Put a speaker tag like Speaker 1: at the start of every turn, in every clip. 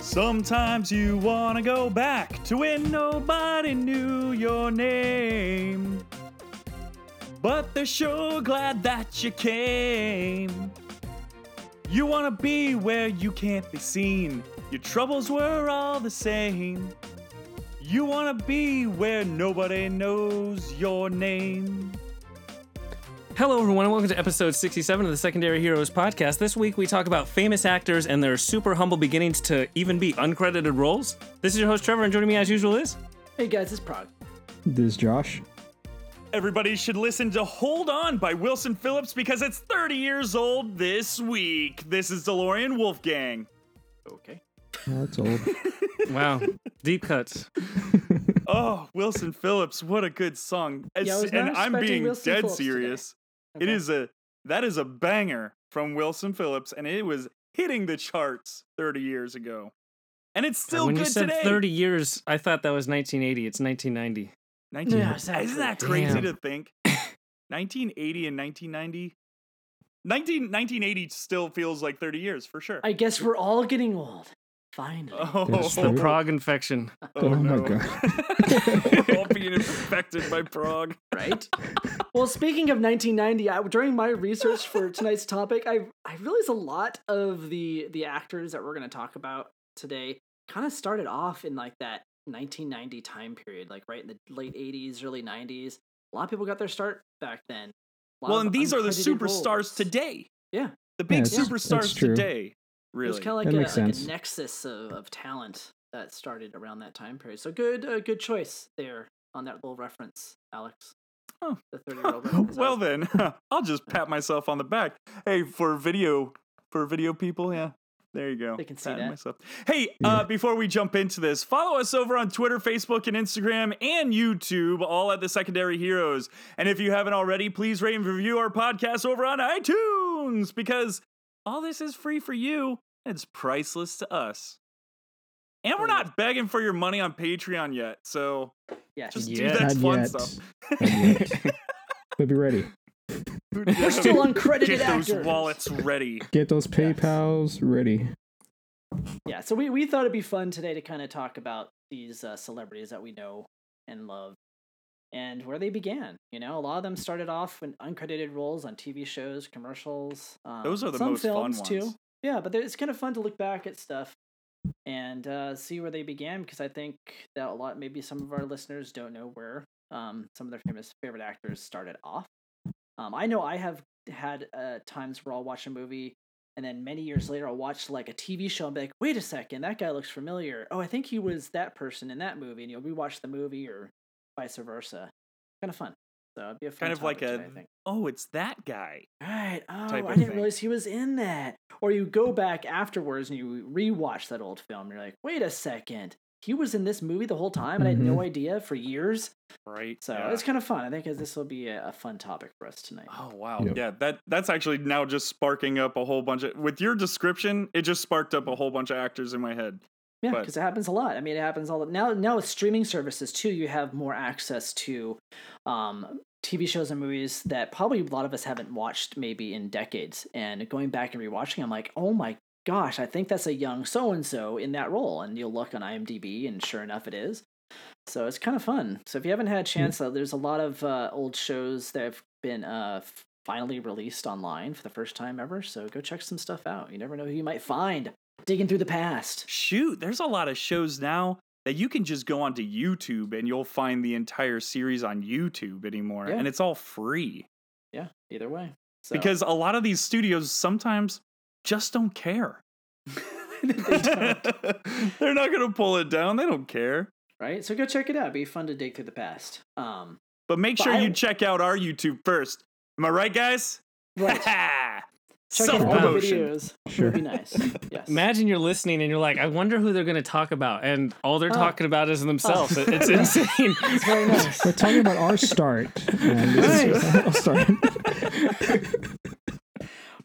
Speaker 1: Sometimes you want to go back to when nobody knew your name. But they're sure glad that you came. You want to be where you can't be seen. Your troubles were all the same. You want to be where nobody knows your name.
Speaker 2: Hello, everyone, and welcome to episode 67 of the Secondary Heroes podcast. This week, we talk about famous actors and their super humble beginnings to even be uncredited roles. This is your host, Trevor, and joining me as usual is.
Speaker 3: Hey guys, it's Prague.
Speaker 4: This is Josh.
Speaker 1: Everybody should listen to Hold On by Wilson Phillips because it's 30 years old this week. This is DeLorean Wolfgang.
Speaker 3: Okay.
Speaker 4: Oh, that's old.
Speaker 2: Wow, deep cuts.
Speaker 1: Oh, Wilson Phillips, what a good song. It's-
Speaker 3: was not
Speaker 1: and I'm
Speaker 3: expecting
Speaker 1: being
Speaker 3: Wilson
Speaker 1: dead
Speaker 3: Phillips today.
Speaker 1: serious. It
Speaker 3: Okay.
Speaker 1: is a that is a banger from Wilson Phillips and it was hitting the charts 30 years ago. And it's still
Speaker 2: when
Speaker 1: good
Speaker 2: you said
Speaker 1: today.
Speaker 2: 30 years, I thought that was 1980. It's 1990.
Speaker 1: 19
Speaker 3: Yeah, exactly.
Speaker 1: Isn't that crazy
Speaker 2: Damn.
Speaker 1: to think? 1980 and 1990. 19, 1980 still feels like 30 years for sure.
Speaker 3: I guess we're all getting old. Finally.
Speaker 1: oh,
Speaker 4: That's
Speaker 2: The Prague infection.
Speaker 4: Oh my
Speaker 1: God. We're all being infected by Prague.
Speaker 3: Right? well, speaking of 1990, I, during my research for tonight's topic, I I realized a lot of the the actors that we're going to talk about today kind of started off in like that 1990 time period, like right in the late 80s, early 90s. A lot of people got their start back then. A lot
Speaker 1: Well,
Speaker 3: of
Speaker 1: and these are the
Speaker 3: uncredited
Speaker 1: superstars
Speaker 3: roles.
Speaker 1: today.
Speaker 3: Yeah.
Speaker 1: The big
Speaker 4: it's-
Speaker 1: superstars
Speaker 4: it's true.
Speaker 1: today. Really.
Speaker 3: It was kind of like,
Speaker 4: That
Speaker 3: a,
Speaker 4: makes
Speaker 3: like a
Speaker 4: sense.
Speaker 3: nexus of, of talent that started around that time period. So good, uh, good choice there on that little reference, Alex.
Speaker 1: Oh.
Speaker 3: the thirty-year-old. reference.
Speaker 1: well then, I'll just pat myself on the back. Hey, for video, for video people, yeah. There you go.
Speaker 3: They can see
Speaker 1: Patting
Speaker 3: that.
Speaker 1: Myself. Hey, uh, before we jump into this, follow us over on Twitter, Facebook, and Instagram, and YouTube, all at the Secondary Heroes. And if you haven't already, please rate and review our podcast over on iTunes because all this is free for you. And it's priceless to us. And we're
Speaker 3: Oh, yeah.
Speaker 1: not begging for your money on Patreon yet, so
Speaker 3: yes.
Speaker 1: just
Speaker 2: Yeah.
Speaker 1: do that
Speaker 4: Not
Speaker 1: fun
Speaker 4: yet.
Speaker 1: stuff.
Speaker 4: Not yet. but be ready.
Speaker 3: we're still uncredited
Speaker 1: Get those
Speaker 3: actors.
Speaker 1: wallets ready.
Speaker 4: Get those
Speaker 3: Yes.
Speaker 4: PayPal's ready.
Speaker 3: Yeah, so we, we thought it'd be fun today to kind of talk about these uh, celebrities that we know and love and where they began. You know, a lot of them started off in uncredited roles on TV shows, commercials. Um,
Speaker 1: Those are the
Speaker 3: some
Speaker 1: most fun
Speaker 3: films
Speaker 1: ones.
Speaker 3: too. Yeah, but there- it's kind of fun to look back at stuff and uh, see where they began because I think that a lot, maybe some of our listeners don't know where um, some of their famous favorite actors started off. Um, I know I have had uh, times where I'll watch a movie and then many years later I'll watch like a TV show and be like, wait a second, that guy looks familiar. Oh, I think he was that person in that movie, and you'll rewatch the movie or vice versa. Kind of fun. So it'd be a fun
Speaker 1: Kind of like
Speaker 3: topic
Speaker 1: a-
Speaker 3: today, I think.
Speaker 1: Oh, it's that guy.
Speaker 3: Right. Oh,
Speaker 1: type
Speaker 3: I
Speaker 1: of
Speaker 3: didn't
Speaker 1: thing.
Speaker 3: realize he was in that. Or you go back afterwards and you rewatch that old film. And you're like, wait a second, he was in this movie the whole time, and I had no idea for years.
Speaker 1: Right.
Speaker 3: So
Speaker 1: Mm-hmm. yeah.
Speaker 3: it's kind of fun. I think this will be a, a fun topic for us tonight.
Speaker 1: Oh wow.
Speaker 4: Yep.
Speaker 1: Yeah, that that's actually now just sparking up a whole bunch of with your description, it just sparked up a whole bunch of actors in my head.
Speaker 3: Yeah,
Speaker 1: but-
Speaker 3: because it happens a lot. I mean, it happens all the now. Now with streaming services too, you have more access to um, TV shows and movies that probably a lot of us haven't watched maybe in decades. And going back and rewatching, I'm like, oh my gosh, I think that's a young so and so in that role. And you'll look on IMDb, and sure enough, it is. So it's kind of fun. So if you haven't had a chance, uh, there's a lot of uh, old shows that have been uh, f- finally released online for the first time ever. So go check some stuff out. You never know who you might find digging through the past.
Speaker 1: Shoot, there's a lot of shows now that you can just go onto YouTube and you'll find the entire series on YouTube anymore.
Speaker 3: Yeah.
Speaker 1: And it's all free.
Speaker 3: yeah either way so.
Speaker 1: Because a lot of these studios sometimes just don't care. They're not gonna pull it down. They don't care.
Speaker 3: right so go check it out It'd be fun to dig through the past um
Speaker 1: But make
Speaker 3: But
Speaker 1: sure
Speaker 3: I-
Speaker 1: you check out our YouTube first. Am I right, guys?
Speaker 3: right check out
Speaker 1: Self
Speaker 3: all the
Speaker 1: promotion.
Speaker 3: videos
Speaker 4: Sure.
Speaker 3: would be nice yes
Speaker 2: Imagine you're listening and you're like, I wonder who they're going to talk about. And all they're
Speaker 3: Oh.
Speaker 2: talking about is themselves.
Speaker 3: Oh.
Speaker 2: It- It's insane.
Speaker 3: it's very nice
Speaker 4: But tell me about our start. And this is
Speaker 3: Nice.
Speaker 4: how it started.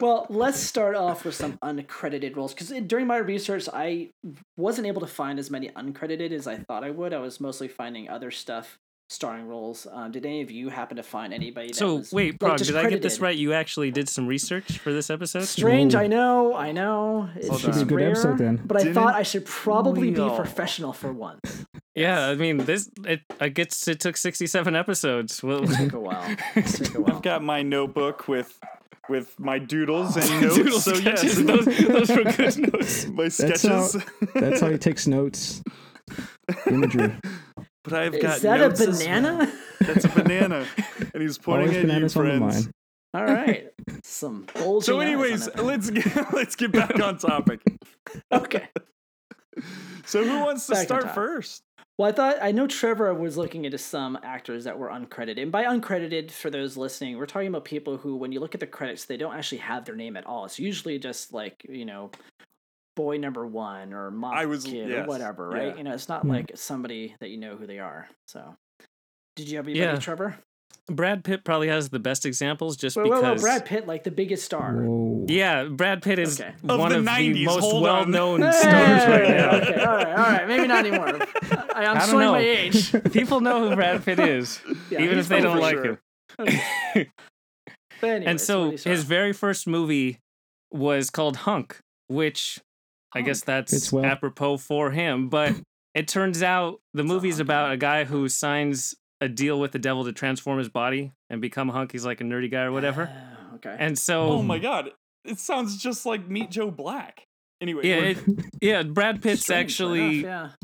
Speaker 3: well let's start off with some uncredited roles because during my research i wasn't able to find as many uncredited as i thought i would i was mostly finding other stuff starring roles. Um, did any of you happen to find anybody? That
Speaker 2: So
Speaker 3: was,
Speaker 2: wait,
Speaker 3: like,
Speaker 2: Prague,
Speaker 3: just
Speaker 2: did I get this
Speaker 3: credited?
Speaker 2: right? You actually did some research for this episode.
Speaker 3: Strange,
Speaker 4: Ooh.
Speaker 3: I know, I know. It's
Speaker 1: Hold on. Should
Speaker 4: be a good
Speaker 3: rare,
Speaker 4: episode then.
Speaker 3: But I
Speaker 1: Didn't
Speaker 3: thought I should probably
Speaker 1: we all?
Speaker 3: be professional for once.
Speaker 2: Yeah, I mean this. It, I guess it took sixty-seven episodes. Well,
Speaker 3: Took a while. Took a while.
Speaker 1: I've got my notebook with with my doodles and notes.
Speaker 2: doodle
Speaker 1: so
Speaker 2: sketches.
Speaker 1: yes,
Speaker 2: Those, those were good notes.
Speaker 1: my
Speaker 4: That's
Speaker 1: sketches.
Speaker 4: how- That's how he takes notes. Imagery.
Speaker 1: but I've got
Speaker 3: Is that a
Speaker 1: notes as well.
Speaker 3: banana?
Speaker 1: That's a banana, and he's pointing
Speaker 4: Always
Speaker 1: at you,
Speaker 4: bananas on the
Speaker 1: friends.
Speaker 4: mind.
Speaker 3: All right. Some bulging.
Speaker 1: So,
Speaker 3: eyes on
Speaker 1: anyways,
Speaker 3: it.
Speaker 1: let's get let's get back on topic.
Speaker 3: okay.
Speaker 1: So, who wants to
Speaker 3: Back on
Speaker 1: start
Speaker 3: topic.
Speaker 1: first?
Speaker 3: Well, I thought I know Trevor was looking into some actors that were uncredited. And by uncredited, for those listening, we're talking about people who, when you look at the credits, they don't actually have their name at all. It's usually just like you know, boy number one or mom
Speaker 1: I was-
Speaker 3: kid
Speaker 1: yes,
Speaker 3: or whatever, right?
Speaker 1: yeah.
Speaker 3: You know, it's not
Speaker 4: Hmm.
Speaker 3: like somebody that you know who they are. So, did you have anybody,
Speaker 2: Yeah.
Speaker 3: Trevor?
Speaker 2: Brad Pitt probably has the best examples, just
Speaker 3: Well,
Speaker 2: because.
Speaker 3: well, Brad Pitt, like the biggest star.
Speaker 4: Whoa.
Speaker 2: Yeah, Brad Pitt is
Speaker 3: Okay.
Speaker 1: Of
Speaker 2: one
Speaker 1: the
Speaker 2: of the
Speaker 1: 90s,
Speaker 2: most
Speaker 1: hold on.
Speaker 2: well-known
Speaker 3: Hey!
Speaker 2: stars right now.
Speaker 3: okay, all right, all right, maybe not anymore. I, I'm
Speaker 2: I don't
Speaker 3: showing
Speaker 2: know.
Speaker 3: my age.
Speaker 2: People know who Brad Pitt is,
Speaker 3: Yeah,
Speaker 2: even
Speaker 3: he's
Speaker 2: if they
Speaker 1: known
Speaker 2: don't
Speaker 1: for
Speaker 2: like
Speaker 1: sure.
Speaker 2: him.
Speaker 3: But anyways,
Speaker 2: and so
Speaker 3: what do you
Speaker 2: his
Speaker 3: say?
Speaker 2: very first movie was called Hunk, which I guess that's
Speaker 4: It's well-
Speaker 2: apropos for him. But it turns out the movie's
Speaker 3: hunk.
Speaker 2: about a guy who signs a deal with the devil to transform his body and become a hunk. He's like a nerdy guy or whatever.
Speaker 3: Ah, okay.
Speaker 2: And so,
Speaker 1: Oh my god, it sounds just like Meet Joe Black. Anyway,
Speaker 2: yeah,
Speaker 1: we're-
Speaker 2: it, yeah. Brad Pitt's
Speaker 3: Strange
Speaker 2: actually
Speaker 3: enough,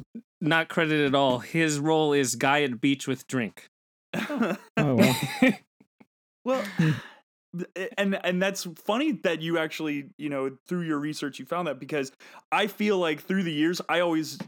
Speaker 2: not credited at all. His role is guy at beach with drink.
Speaker 4: Oh, wow.
Speaker 1: well,
Speaker 2: Hmm.
Speaker 1: th- eh, and and that's funny that you actually you know through your research you found that because I feel like through the years I always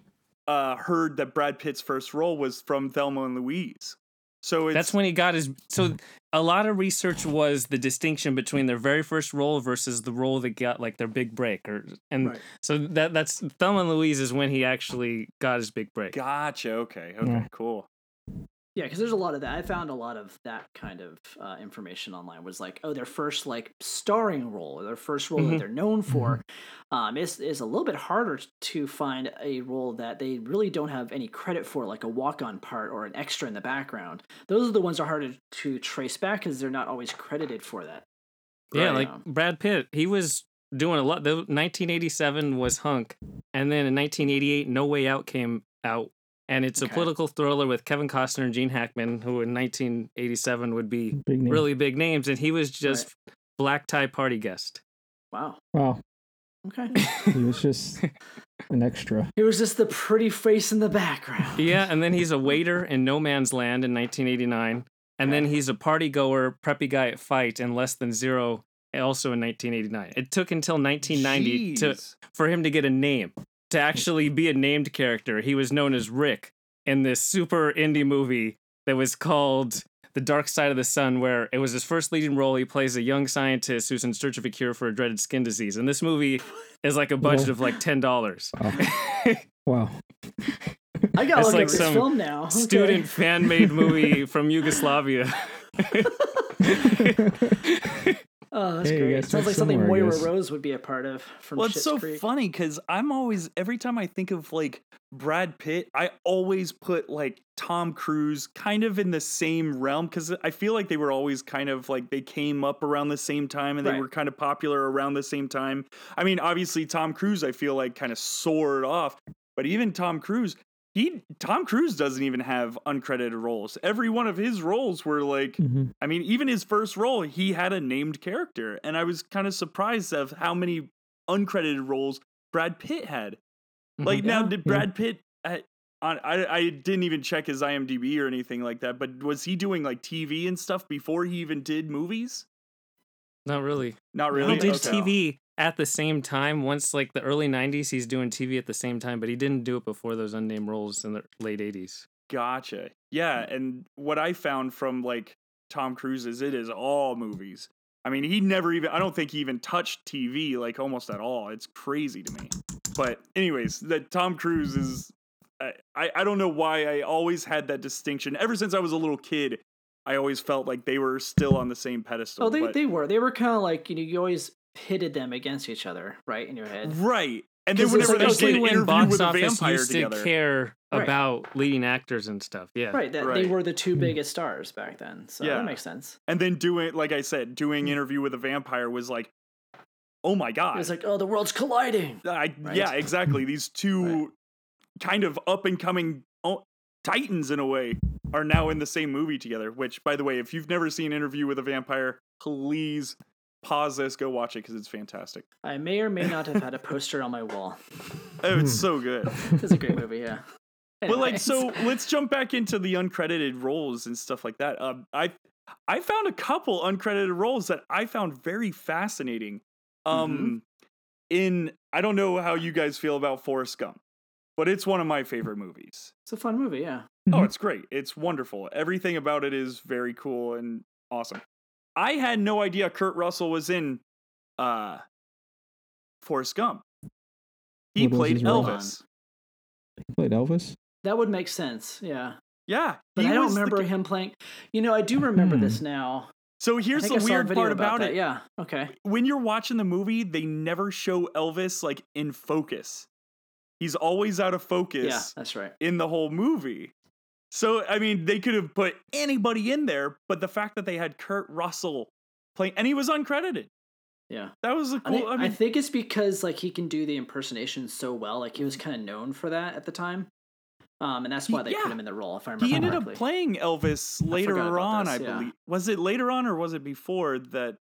Speaker 1: uh, heard that Brad Pitt's first role was from Thelma and Louise. So it's,
Speaker 2: That's when he got his.
Speaker 3: Mm.
Speaker 2: So a lot of research was the distinction between their very first role versus the role that got like their big break, or and
Speaker 3: Right.
Speaker 2: so that that's Thelma and Louise is when he actually got his big break.
Speaker 1: gotcha. Okay, okay,
Speaker 4: Yeah.
Speaker 1: cool.
Speaker 3: Yeah, because there's a lot of that. I found a lot of that kind of uh, information online. Was like, oh, their first like starring role, or their first role
Speaker 2: Mhm.
Speaker 3: that they're known for, um, is is a little bit harder t- to find a role that they really don't have any credit for, like a walk on part or an extra in the background. Those are the ones that are harder to trace back because they're not always credited for that.
Speaker 2: Yeah,
Speaker 3: Right. um,
Speaker 2: like
Speaker 3: Yeah.
Speaker 2: Brad Pitt, he was doing a lot. The 1987 was Hunk, and then in 1988, No Way Out came out, and it's a
Speaker 3: Okay.
Speaker 2: political thriller with Kevin Costner and Gene Hackman, who in 1987 would be
Speaker 4: Big name.
Speaker 2: really big names, and he was just black tie party guest.
Speaker 3: Wow.
Speaker 4: Wow.
Speaker 3: Okay.
Speaker 4: He was just an extra.
Speaker 3: it was just the pretty face in the background.
Speaker 2: Yeah, and then he's a waiter in No Man's Land in 1989, and then he's a party goer, preppy guy at Fight and Less Than Zero, also in 1989. It took until 1990 to,
Speaker 1: Jeez.
Speaker 2: for him to get a name, to actually be a named character. He was known as Rick in this super indie movie that was called The Dark Side of the Sun, where it was his first leading role. He plays a young scientist who's in search of a cure for a dreaded skin disease, and this movie is like a budget of like ten dollars.
Speaker 4: Wow.
Speaker 3: I got to
Speaker 2: It's
Speaker 3: look
Speaker 2: like
Speaker 3: at this
Speaker 2: some
Speaker 3: film now. Okay.
Speaker 2: student fan made movie from Yugoslavia.
Speaker 4: Mm-hmm.
Speaker 3: Oh, that's
Speaker 4: Hey, you
Speaker 3: great.
Speaker 4: guys
Speaker 3: Sounds
Speaker 4: met
Speaker 3: like something
Speaker 4: somewhere, I
Speaker 3: Moira
Speaker 4: guess.
Speaker 3: Rose would be a part of from
Speaker 1: Well,
Speaker 3: Schitt's
Speaker 1: it's so
Speaker 3: Creek.
Speaker 1: funny because I'm always every time I think of like Brad Pitt, I always put like Tom Cruise kind of in the same realm because I feel like they were always kind of like they came up around the same time and they
Speaker 3: Right.
Speaker 1: were kind of popular around the same time. I mean, obviously Tom Cruise, I feel like kind of soared off, but even Tom Cruise. He Tom Cruise doesn't even have uncredited roles. Every one of his roles were like
Speaker 4: Mhm.
Speaker 1: I mean, even his first role, he had a named character, and I was kind of surprised of how many uncredited roles Brad Pitt had. Like
Speaker 2: Mhm.
Speaker 1: now,
Speaker 3: Mm-hmm. Yeah.
Speaker 1: did Brad Pitt? uh, On, I I didn't even check his IMDb or anything like that, but was he doing like TV and stuff before he even did movies?
Speaker 2: Not really.
Speaker 1: Not really.
Speaker 2: He did
Speaker 1: Okay.
Speaker 2: TV at the same time. Once like the early '90s, he's doing TV at the same time, but he didn't do it before those unnamed roles in the late '80s.
Speaker 1: Gotcha. Yeah,
Speaker 3: Mm.
Speaker 1: and what I found from like Tom Cruise is it is all movies. I mean, he never even I don't think he even touched TV like almost at all. It's crazy to me. But anyways, that Tom Cruise is I, I I don't know why I always had that distinction. Ever since I was a little kid, I always felt like they were still on the same pedestal.
Speaker 3: Oh, they,
Speaker 1: but-
Speaker 3: they were. They were kind of like, you know, you always pitted them against each other, right, in your head.
Speaker 1: Right. And then
Speaker 3: 'Cause it's
Speaker 1: whenever they
Speaker 3: like, oh,
Speaker 1: did
Speaker 2: Especially
Speaker 1: an
Speaker 2: when
Speaker 1: interview
Speaker 2: box
Speaker 1: with a
Speaker 2: office
Speaker 1: vampire
Speaker 2: used to
Speaker 1: together,
Speaker 2: care
Speaker 3: Right.
Speaker 2: about leading actors and stuff. Yeah.
Speaker 3: Right, that
Speaker 1: Right.
Speaker 3: they were the
Speaker 4: Hmm.
Speaker 3: two biggest stars back then, so
Speaker 1: Yeah.
Speaker 3: that makes sense.
Speaker 1: and then doing, like I said, doing interview with a vampire was like, oh my
Speaker 3: Mm. It
Speaker 1: god,
Speaker 3: was like, oh, the world's colliding.
Speaker 1: I,
Speaker 3: Right.
Speaker 1: yeah, exactly. These two kind of up and coming o- titans, in a way, are now in the same movie together. Which, by the way, if you've never seen Interview with a Vampire, please pause this, go watch it because it's fantastic.
Speaker 3: I may or may not have had a poster on my wall.
Speaker 1: Oh,
Speaker 3: Hmm.
Speaker 1: it's so good.
Speaker 3: It's a great movie, yeah.
Speaker 1: But like,
Speaker 3: Anyways.
Speaker 1: so let's jump back into the uncredited roles and stuff like that. Um, I I found a couple uncredited roles that I found very fascinating.
Speaker 3: Mm-hmm.
Speaker 1: Um, in I don't know how you guys feel about Forrest Gump, but it's one of my favorite movies.
Speaker 3: it's a fun movie, yeah.
Speaker 1: Oh,
Speaker 4: Mhm.
Speaker 1: it's great. It's wonderful. Everything about it is very cool and awesome. I had no idea Kurt Russell was in uh Forrest Gump. He
Speaker 4: What was
Speaker 1: played
Speaker 4: his role?
Speaker 1: Elvis.
Speaker 4: Played Elvis.
Speaker 3: That would make sense, yeah.
Speaker 1: Yeah.
Speaker 3: But
Speaker 1: he
Speaker 3: I don't
Speaker 1: was the
Speaker 3: remember
Speaker 1: g-
Speaker 3: him playing. You know, I do remember
Speaker 4: Hmm.
Speaker 3: this now.
Speaker 1: So
Speaker 3: I
Speaker 1: here's the
Speaker 3: think I saw a
Speaker 1: weird
Speaker 3: video
Speaker 1: part about,
Speaker 3: that,
Speaker 1: it.
Speaker 3: Yeah. Okay.
Speaker 1: When you're watching the movie, they never show Elvis like in focus. He's always out of
Speaker 3: Yeah,
Speaker 1: focus
Speaker 3: that's right.
Speaker 1: in the whole movie. So I mean, they could have put anybody in there, but the fact that they had Kurt Russell playing and he was uncredited.
Speaker 3: Yeah.
Speaker 1: That was a
Speaker 3: I
Speaker 1: cool.
Speaker 3: think,
Speaker 1: I
Speaker 3: I
Speaker 1: mean,
Speaker 3: think it's because like he can do the impersonation so well. Like he was kind of known for that at the time, um, and that's why they
Speaker 1: Yeah.
Speaker 3: put him in the role. If I remember
Speaker 1: he ended
Speaker 3: correctly.
Speaker 1: up playing Elvis later
Speaker 3: forgot about
Speaker 1: on,
Speaker 3: this,
Speaker 1: I
Speaker 3: yeah.
Speaker 1: believe. Was it later on or was it before that?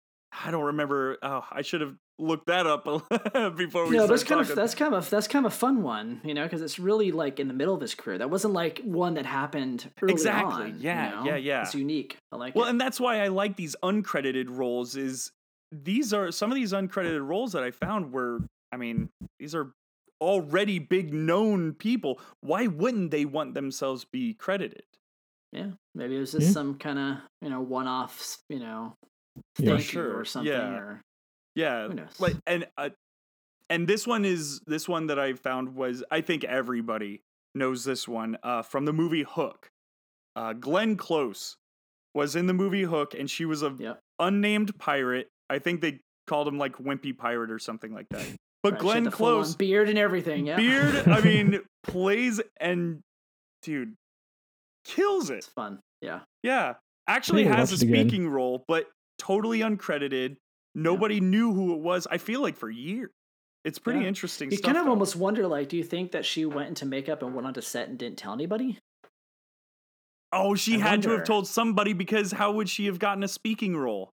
Speaker 1: I don't remember. Oh, I should have looked that up before we.
Speaker 3: No,
Speaker 1: started
Speaker 3: that's kind
Speaker 1: talking.
Speaker 3: of that's kind of that's kind of a fun one, you know, because it's really like in the middle of his career. That wasn't like one that happened early
Speaker 1: Exactly.
Speaker 3: on, you
Speaker 1: Yeah,
Speaker 3: know?
Speaker 1: yeah, yeah.
Speaker 3: It's unique. I like
Speaker 1: Well,
Speaker 3: it.
Speaker 1: and that's why I like these uncredited roles. Is these are some of these uncredited roles that I found were, I mean, these are already big known people. Why wouldn't they want themselves be credited?
Speaker 3: yeah, maybe it was just
Speaker 4: Yeah.
Speaker 3: some kind of you know one off, you know,
Speaker 4: Yeah.
Speaker 3: thank
Speaker 1: For
Speaker 3: you
Speaker 1: sure,
Speaker 3: or something.
Speaker 1: yeah.
Speaker 3: Or
Speaker 1: Yeah,
Speaker 3: who knows?
Speaker 1: like and uh, and this one is this one that I found was I think everybody knows this one uh, from the movie Hook. Uh, Glenn Close was in the movie Hook, and she was a
Speaker 3: Yep.
Speaker 1: unnamed pirate. I think they called him like Wimpy Pirate or something like that. But
Speaker 3: Right, she had
Speaker 1: Glenn
Speaker 3: the full-on
Speaker 1: Close,
Speaker 3: beard and everything. Yeah,
Speaker 1: beard, I mean, plays and dude kills
Speaker 3: it's
Speaker 1: it.
Speaker 3: fun. Yeah,
Speaker 1: Yeah, actually
Speaker 4: need to
Speaker 1: has a
Speaker 4: watch it again.
Speaker 1: speaking role, but totally uncredited. Nobody knew who it was. I feel like for years. It's pretty
Speaker 3: Yeah.
Speaker 1: interesting.
Speaker 3: you
Speaker 1: stuff,
Speaker 3: kind of
Speaker 1: though.
Speaker 3: almost wonder like, do you think that she went into makeup and went onto set and didn't tell anybody?
Speaker 1: Oh, she
Speaker 3: I
Speaker 1: had to have
Speaker 3: wonder.
Speaker 1: told somebody because how would she have gotten a speaking role?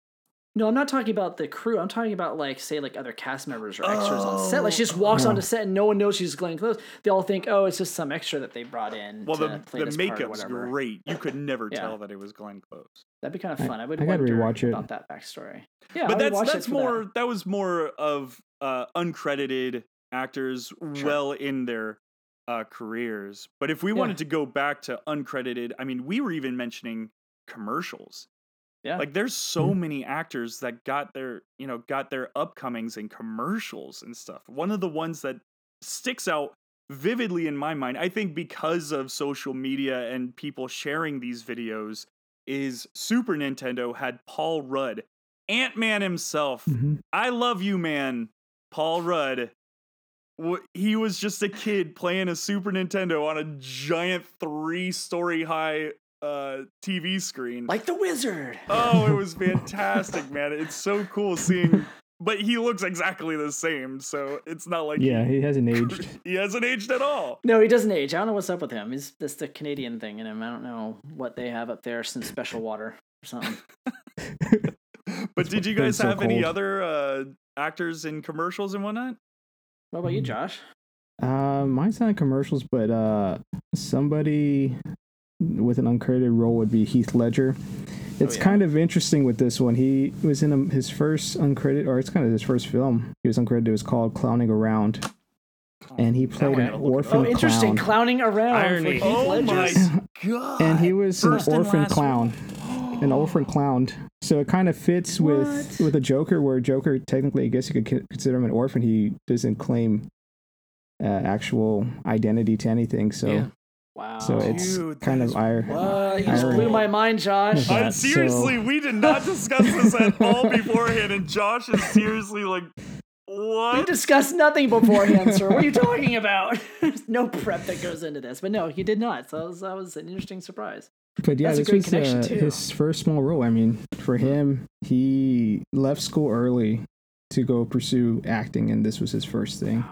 Speaker 3: No, I'm not talking about the crew. I'm talking about like say like other cast members or extras on set. Like she
Speaker 1: Oh.
Speaker 3: just walks
Speaker 4: Oh.
Speaker 3: onto set and no one knows she's Glenn Close. They all think, oh, it's just some extra that they brought in.
Speaker 1: Well,
Speaker 3: to
Speaker 1: the
Speaker 3: play
Speaker 1: the
Speaker 3: this part or
Speaker 1: makeup's
Speaker 3: whatever.
Speaker 1: great. You could never
Speaker 3: Yeah.
Speaker 1: tell that it was Glenn Close.
Speaker 3: That'd be kind of
Speaker 4: I-
Speaker 3: fun. I, would
Speaker 4: I gotta
Speaker 3: wonder
Speaker 4: rewatch it.
Speaker 3: about that backstory. Yeah,
Speaker 1: but
Speaker 3: I would
Speaker 1: that's
Speaker 3: watch it
Speaker 1: that's
Speaker 3: for that.
Speaker 1: more that. was more of uh, uncredited actors well in their uh, careers. But if we
Speaker 3: Yeah.
Speaker 1: wanted to go back to uncredited, I mean, we were even mentioning commercials.
Speaker 3: Yeah. Mm-hmm.
Speaker 1: Like there's so many actors that got their, you know, got their upcomings in commercials and stuff. One of the ones that sticks out vividly in my mind, I think because of social media and people sharing these videos, is Super Nintendo had Paul Rudd, Ant Man himself.
Speaker 4: Mhm.
Speaker 1: I love you, man. Paul Rudd. W- He was just a kid playing a Super Nintendo on a giant three story high uh, TV screen.
Speaker 3: like the wizard.
Speaker 1: Oh, it was fantastic, man. It's so cool seeing. But he looks exactly the same, so it's not like
Speaker 4: Yeah, he hasn't aged.
Speaker 1: he hasn't aged at all.
Speaker 3: No, he doesn't age. I don't know what's up with him. He's that's the Canadian thing in him. I don't know what they have up there, some special water or something.
Speaker 1: But did you guys
Speaker 4: it's so
Speaker 1: have any
Speaker 4: cold.
Speaker 1: other uh, actors in commercials and whatnot?
Speaker 3: What about you, Josh?
Speaker 4: Uh, mine's not commercials, but uh, somebody with an uncredited role would be Heath Ledger. It's
Speaker 3: yeah.
Speaker 4: kind of interesting with this one. He was in um his first uncredited, or it's kind of his first film. He was uncredited. It was called Clowning Around, and he played an
Speaker 1: gotta look it up.
Speaker 4: orphan
Speaker 3: Oh, interesting.
Speaker 4: clown.
Speaker 3: Clowning around. with
Speaker 2: Irony.
Speaker 3: Heath
Speaker 1: Oh my
Speaker 3: Ledger's-
Speaker 1: god!
Speaker 4: and he was an
Speaker 1: First and
Speaker 4: orphan
Speaker 1: last
Speaker 4: clown, an orphan clown. So it kind of fits with
Speaker 3: What?
Speaker 4: with a Joker, where Joker technically, I guess you could con- consider him an orphan. He doesn't claim uh, actual identity to anything. So.
Speaker 2: Yeah.
Speaker 3: Wow.
Speaker 4: So it's
Speaker 1: Dude,
Speaker 4: kind
Speaker 1: that
Speaker 4: of
Speaker 1: is
Speaker 4: ir-
Speaker 3: What? You just
Speaker 4: irony.
Speaker 3: blew my mind, Josh.
Speaker 4: Yeah.
Speaker 1: I'm
Speaker 4: that, so-
Speaker 1: seriously, we did not discuss this at all beforehand, and Josh is seriously like
Speaker 2: What?
Speaker 3: We discussed nothing beforehand, sir. What are you talking about? There's no prep that goes into this. But no, he did not. So that was, that was an interesting surprise.
Speaker 4: But yeah,
Speaker 3: That's a
Speaker 4: this
Speaker 3: great
Speaker 4: was
Speaker 3: connection,
Speaker 4: uh,
Speaker 3: too.
Speaker 4: his first small role. I mean, for him, he left school early to go pursue acting, and this was his first thing.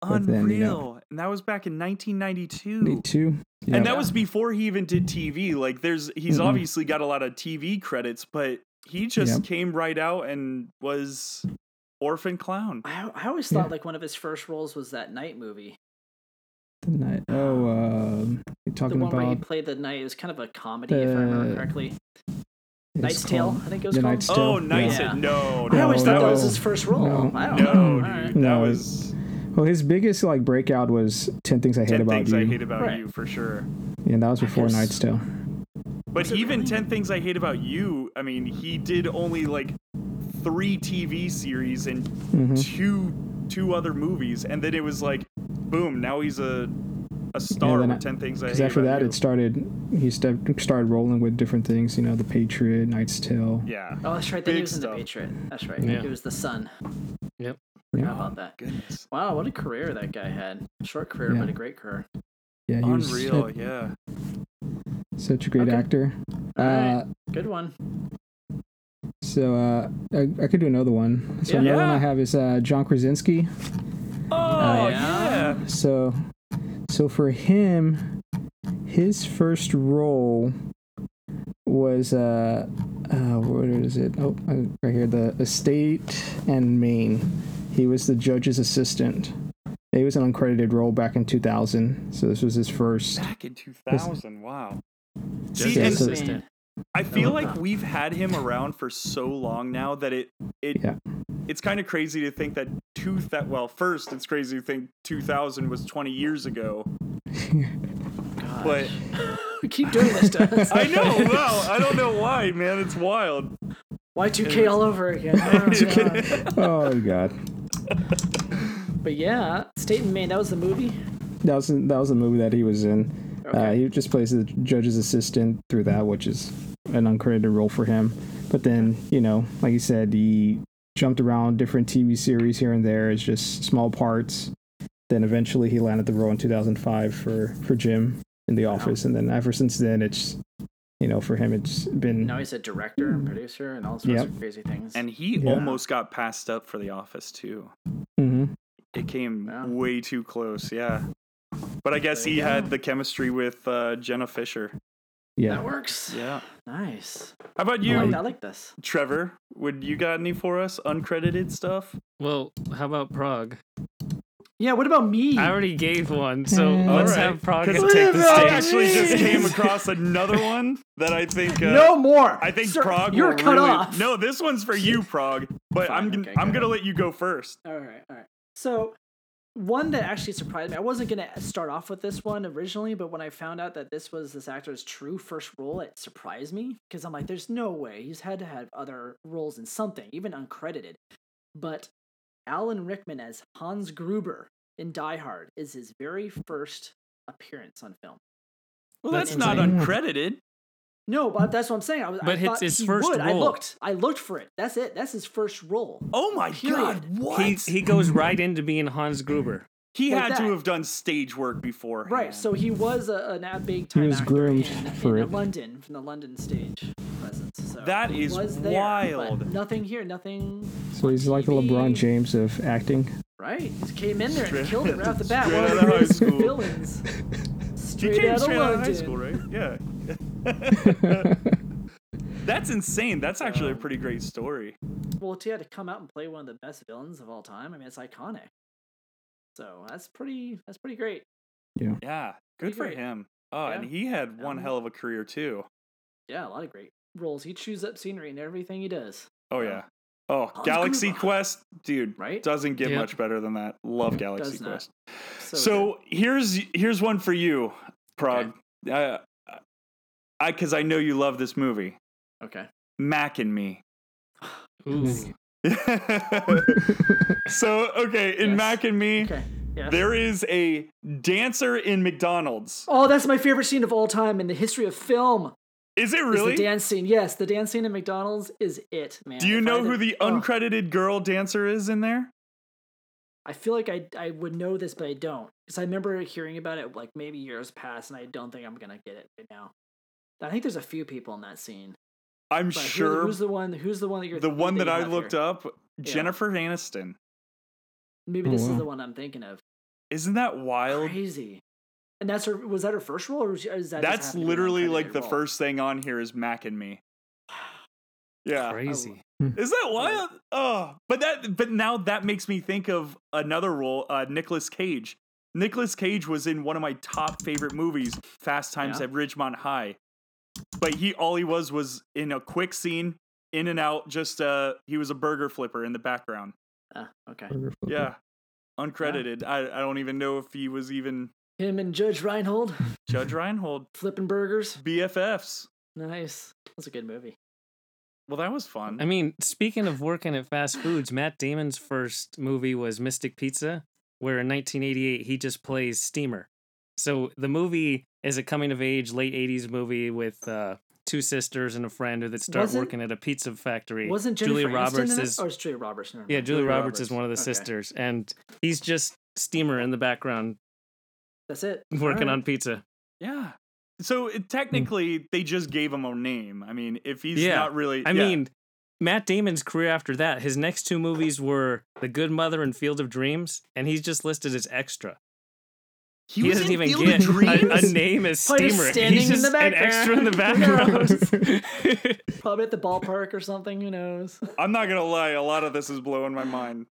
Speaker 4: But
Speaker 1: Unreal.
Speaker 4: then, you know-
Speaker 1: And that was back in 1992.
Speaker 4: Me too. Yeah.
Speaker 1: And that was before he even did TV. Like, there's he's
Speaker 4: Mhm.
Speaker 1: obviously got a lot of TV credits, but he just
Speaker 4: Yep.
Speaker 1: came right out and was orphan clown.
Speaker 3: I, I always thought
Speaker 4: Yeah.
Speaker 3: like one of his first roles was that night movie.
Speaker 4: The night- Oh, um,
Speaker 3: The
Speaker 4: you're talking
Speaker 3: one where he
Speaker 4: about
Speaker 3: played the night. It was kind of a comedy, if I remember
Speaker 4: Uh,
Speaker 3: correctly.
Speaker 4: it's
Speaker 3: Knight's Tale,
Speaker 4: called
Speaker 3: I think it was
Speaker 4: The
Speaker 3: called.
Speaker 4: Knight's Tale.
Speaker 1: Oh, Nights
Speaker 3: Yeah.
Speaker 1: at
Speaker 4: Oh,
Speaker 1: No.
Speaker 3: I
Speaker 1: no,
Speaker 3: always thought
Speaker 1: no,
Speaker 3: that was his first role.
Speaker 4: No.
Speaker 3: I don't know.
Speaker 1: No,
Speaker 3: All
Speaker 1: dude.
Speaker 3: right.
Speaker 1: That
Speaker 4: No,
Speaker 1: was
Speaker 4: Well, his biggest like breakout was Ten Things I Hate
Speaker 1: 10
Speaker 4: About
Speaker 1: Things
Speaker 4: You,
Speaker 1: I Hate About
Speaker 3: Right.
Speaker 1: You for sure.
Speaker 4: and that was before
Speaker 3: guess-
Speaker 4: Night's Tale.
Speaker 1: But
Speaker 3: it
Speaker 1: even
Speaker 3: really?
Speaker 1: 10 Things I Hate About You, I mean, he did only like three TV series and
Speaker 4: Mhm.
Speaker 1: two two other movies, and then it was like, boom! Now he's a a star
Speaker 4: then
Speaker 1: with
Speaker 4: I-
Speaker 1: ten things I hate.
Speaker 4: Because after
Speaker 1: about
Speaker 4: that,
Speaker 1: you.
Speaker 4: it started. He stepped, started rolling with different things. You know, The Patriot, Night's Tale.
Speaker 1: yeah.
Speaker 3: Oh, that's right. Then he
Speaker 1: Big
Speaker 3: was in
Speaker 1: stuff.
Speaker 3: The Patriot. That's right.
Speaker 2: Yeah.
Speaker 3: It was the son.
Speaker 2: Yep.
Speaker 3: Forgot
Speaker 4: Yeah.
Speaker 3: about that.
Speaker 1: Goodness,
Speaker 3: Wow, what a career that guy had. Short career,
Speaker 4: Yeah.
Speaker 3: but a great career.
Speaker 4: Yeah, he was
Speaker 1: unreal.
Speaker 4: su-
Speaker 1: yeah,
Speaker 4: such a great
Speaker 3: Okay.
Speaker 4: actor.
Speaker 3: All right.
Speaker 4: Uh,
Speaker 3: Good one.
Speaker 4: So uh, I, I could do another one. So
Speaker 3: Yeah.
Speaker 4: another one
Speaker 1: Yeah.
Speaker 4: I have is uh, John Krasinski.
Speaker 1: oh
Speaker 3: yeah.
Speaker 1: yeah.
Speaker 4: So so for him, his first role was uh, uh what is it? Oh, I- right here, the Estate and Maine. He was the judge's assistant. It was an uncredited role back in 2000. So this was his first.
Speaker 1: Back in two thousand. Wow. See,
Speaker 4: Yeah,
Speaker 1: and
Speaker 4: so-
Speaker 3: Man.
Speaker 1: I feel
Speaker 3: Oh.
Speaker 1: like we've had him around for so long now that it it
Speaker 4: Yeah.
Speaker 1: it's kind of crazy to think that two that well first it's crazy to think two thousand was twenty years ago, but
Speaker 3: We keep doing this to us.
Speaker 1: I know. Wow, I don't know why, man. It's wild.
Speaker 3: Y2K all over again. Oh, God.
Speaker 4: oh God,
Speaker 3: but yeah, State and Maine, that was the movie.
Speaker 4: that was that was the movie that he was in. Uh, he just plays the judge's assistant through that, which is an uncredited role for him. But then, you know, like you said, he jumped around different TV series here and there as just small parts. Then eventually he landed the role in 2005 for, for Jim in The Office. And then ever since then, it's, you know, for him, it's been.
Speaker 3: now he's a director and producer and all sorts
Speaker 4: Yep.
Speaker 3: of crazy things.
Speaker 1: and he
Speaker 4: Yeah.
Speaker 1: almost got passed up for the office too.
Speaker 4: Mhm.
Speaker 1: it came
Speaker 3: Yeah.
Speaker 1: way too close yeah but i guess
Speaker 3: There
Speaker 1: he
Speaker 3: you go.
Speaker 1: had the chemistry with uh, jenna fisher
Speaker 4: Yeah.
Speaker 3: that works.
Speaker 1: yeah
Speaker 3: Nice.
Speaker 1: how about
Speaker 3: I like,
Speaker 1: you
Speaker 3: I like this.
Speaker 1: trevor would you got any for us uncredited stuff
Speaker 2: Well, how about Prague?
Speaker 3: Yeah, what about me?
Speaker 2: I already gave one,
Speaker 3: Uh,
Speaker 2: so
Speaker 4: Mm.
Speaker 2: let's
Speaker 1: All right.
Speaker 2: have Prague
Speaker 1: 'Cause
Speaker 2: take the
Speaker 1: i
Speaker 2: stage.
Speaker 1: actually just came
Speaker 3: Jeez.
Speaker 1: across another one that i think uh,
Speaker 3: no more.
Speaker 1: i think
Speaker 3: Sir,
Speaker 1: prague
Speaker 3: You're
Speaker 1: will
Speaker 3: cut
Speaker 1: really-
Speaker 3: off.
Speaker 1: no this one's for you prague but
Speaker 3: Fine,
Speaker 1: i'm,
Speaker 3: okay,
Speaker 1: I'm
Speaker 3: go
Speaker 1: gonna let you go first
Speaker 3: All right, all right. So one that actually surprised me. I wasn't gonna uh, start off with this one originally, but when I found out that this was this actor's true first role, it surprised me because I'm like, there's no way he's had to have other roles in something, even uncredited. But Alan Rickman as Hans Gruber in Die Hard is his very first appearance on film.
Speaker 1: well
Speaker 2: That's
Speaker 1: that's, not
Speaker 4: insane.
Speaker 1: uncredited
Speaker 3: No, but that's what I'm saying. I was, I
Speaker 2: But it's
Speaker 3: thought
Speaker 2: his
Speaker 3: he
Speaker 2: first
Speaker 3: would. I
Speaker 2: role.
Speaker 3: looked. I looked for it. That's it. That's his first role.
Speaker 1: oh my god
Speaker 3: Period.
Speaker 1: what
Speaker 2: He,
Speaker 1: he,
Speaker 2: he goes right into being Hans Gruber.
Speaker 3: Like
Speaker 1: had
Speaker 3: that.
Speaker 1: to have done stage work before
Speaker 3: Right, so he was a, an a big time
Speaker 4: was
Speaker 3: actor
Speaker 4: groomed
Speaker 3: in,
Speaker 4: for
Speaker 3: in
Speaker 4: it.
Speaker 3: London from the London stage presence. So
Speaker 1: That
Speaker 3: he
Speaker 1: is
Speaker 3: was there, but
Speaker 1: wild.
Speaker 3: Nothing here, nothing.
Speaker 4: So he's like the LeBron James of acting.
Speaker 3: Right, he just came in there and
Speaker 1: Straight-
Speaker 3: killed it right off the bat.
Speaker 1: straight
Speaker 3: One of
Speaker 1: outta
Speaker 3: the
Speaker 1: high
Speaker 3: greatest
Speaker 1: school.
Speaker 3: villains.
Speaker 1: he
Speaker 3: Straight
Speaker 1: came
Speaker 3: out of
Speaker 1: straight out of high
Speaker 3: London.
Speaker 1: school right yeah That's insane. That's actually a pretty great story.
Speaker 3: Well, he had to come out and play one of the best villains of all time. I mean, it's iconic. So that's pretty. That's pretty great.
Speaker 1: Yeah. Good
Speaker 3: Pretty
Speaker 1: for
Speaker 3: great.
Speaker 1: him. Oh, and
Speaker 3: Yeah.
Speaker 1: he had one
Speaker 3: Um,
Speaker 1: hell of a career too.
Speaker 3: Yeah, a lot of great roles. He chews up scenery in everything he does.
Speaker 1: Oh yeah. Oh,
Speaker 3: Hans
Speaker 1: Galaxy
Speaker 3: Gruber.
Speaker 1: Quest, dude,
Speaker 3: Right?
Speaker 1: doesn't get
Speaker 2: Yeah.
Speaker 1: much better than that. Love Galaxy
Speaker 3: Does not.
Speaker 1: Quest.
Speaker 3: So,
Speaker 1: So,
Speaker 3: good.
Speaker 1: here's here's one for you, Prague. Uh, I because I know you love this movie,
Speaker 3: okay.
Speaker 1: Mac and Me.
Speaker 3: Hmm.
Speaker 2: Ooh.
Speaker 1: so okay, in
Speaker 3: Yes.
Speaker 1: Mac and Me,
Speaker 3: Okay. Yes.
Speaker 1: there is a dancer in McDonald's.
Speaker 3: Oh, that's my favorite scene of all time in the history of film.
Speaker 1: Is it
Speaker 3: is
Speaker 1: really?
Speaker 3: the dance scene. Yes, the dance scene at McDonald's is it, man.
Speaker 1: Do you
Speaker 3: If I
Speaker 1: know
Speaker 3: had-
Speaker 1: who the
Speaker 3: oh,
Speaker 1: uncredited girl dancer is in there?
Speaker 3: I feel like I I would know this, but I don't because I remember hearing about it like maybe years past, and I don't think I'm gonna get it right now. I think there's a few people in that scene.
Speaker 1: I'm
Speaker 3: but who-
Speaker 1: sure
Speaker 3: who's the one? Who's the one that you're
Speaker 1: the
Speaker 3: you
Speaker 1: one
Speaker 3: think
Speaker 1: that I
Speaker 3: of
Speaker 1: looked
Speaker 3: here?
Speaker 1: up, Jennifer Aniston.
Speaker 3: Maybe
Speaker 4: Oh,
Speaker 3: this
Speaker 4: wow.
Speaker 3: is the one I'm thinking of.
Speaker 1: Isn't that wild?
Speaker 3: Crazy. And that's her. Was that her first role, or was- or is that just
Speaker 1: That's
Speaker 3: happened to be an
Speaker 1: literally
Speaker 3: uncredited
Speaker 1: like the
Speaker 3: role?
Speaker 1: first thing on here is Mac and me. Yeah.
Speaker 2: Crazy.
Speaker 1: Is that wild? Oh, but that but now that makes me think of another role, uh Nicolas Cage. Nicolas Cage was in one of my top favorite movies, Fast Times
Speaker 3: Yeah.
Speaker 1: at Ridgemont High. But he all he was was in a quick scene, in and out, just uh he was a burger flipper in the background.
Speaker 3: Ah, okay.
Speaker 4: Burger flipper.
Speaker 1: Yeah. Uncredited. I, I don't even know if he was even
Speaker 3: Him and Judge Reinhold
Speaker 1: Judge Reinhold.
Speaker 3: flipping burgers.
Speaker 1: BFFs.
Speaker 3: Nice. That's a good movie.
Speaker 1: Well, that was fun.
Speaker 2: I mean, speaking of working at fast foods, Matt Damon's first movie was Mystic Pizza, where in 1988 he just plays Steamer. So the movie is a coming of age late 80s movie with uh, two sisters and a friend who that start
Speaker 3: Wasn't-
Speaker 2: working at a pizza factory.
Speaker 3: Wasn't Jennifer
Speaker 2: Julia
Speaker 3: Aniston
Speaker 2: Roberts
Speaker 3: in it?
Speaker 2: is
Speaker 3: Or is Julia Roberts? Never
Speaker 2: yeah,
Speaker 3: mind.
Speaker 2: Julia
Speaker 1: Julia
Speaker 2: Roberts, is
Speaker 1: Roberts.
Speaker 2: one of the
Speaker 3: Okay.
Speaker 2: sisters, and he's just Steamer in the background
Speaker 3: That's it.
Speaker 2: working
Speaker 3: Alright.
Speaker 2: on pizza.
Speaker 1: yeah. So
Speaker 2: Hmm.
Speaker 1: it, technically, they just gave him a name. I mean, if he's
Speaker 2: Yeah.
Speaker 1: not really,
Speaker 2: I
Speaker 1: yeah.
Speaker 2: mean, Matt Damon's career after that, his next two movies were The Good Mother and Field of Dreams, and he's just listed as extra. He,
Speaker 1: was
Speaker 2: doesn't
Speaker 1: in
Speaker 2: even
Speaker 1: Field of
Speaker 2: get a, a
Speaker 1: Dreams?
Speaker 2: name as
Speaker 3: Probably just
Speaker 2: Steamer.
Speaker 3: standing
Speaker 2: he's
Speaker 3: in
Speaker 2: just
Speaker 3: the
Speaker 2: an extra in the
Speaker 3: background.
Speaker 2: background.
Speaker 3: Probably at the ballpark or something. Who knows?
Speaker 1: I'm not gonna lie. A lot of this is blowing my mind.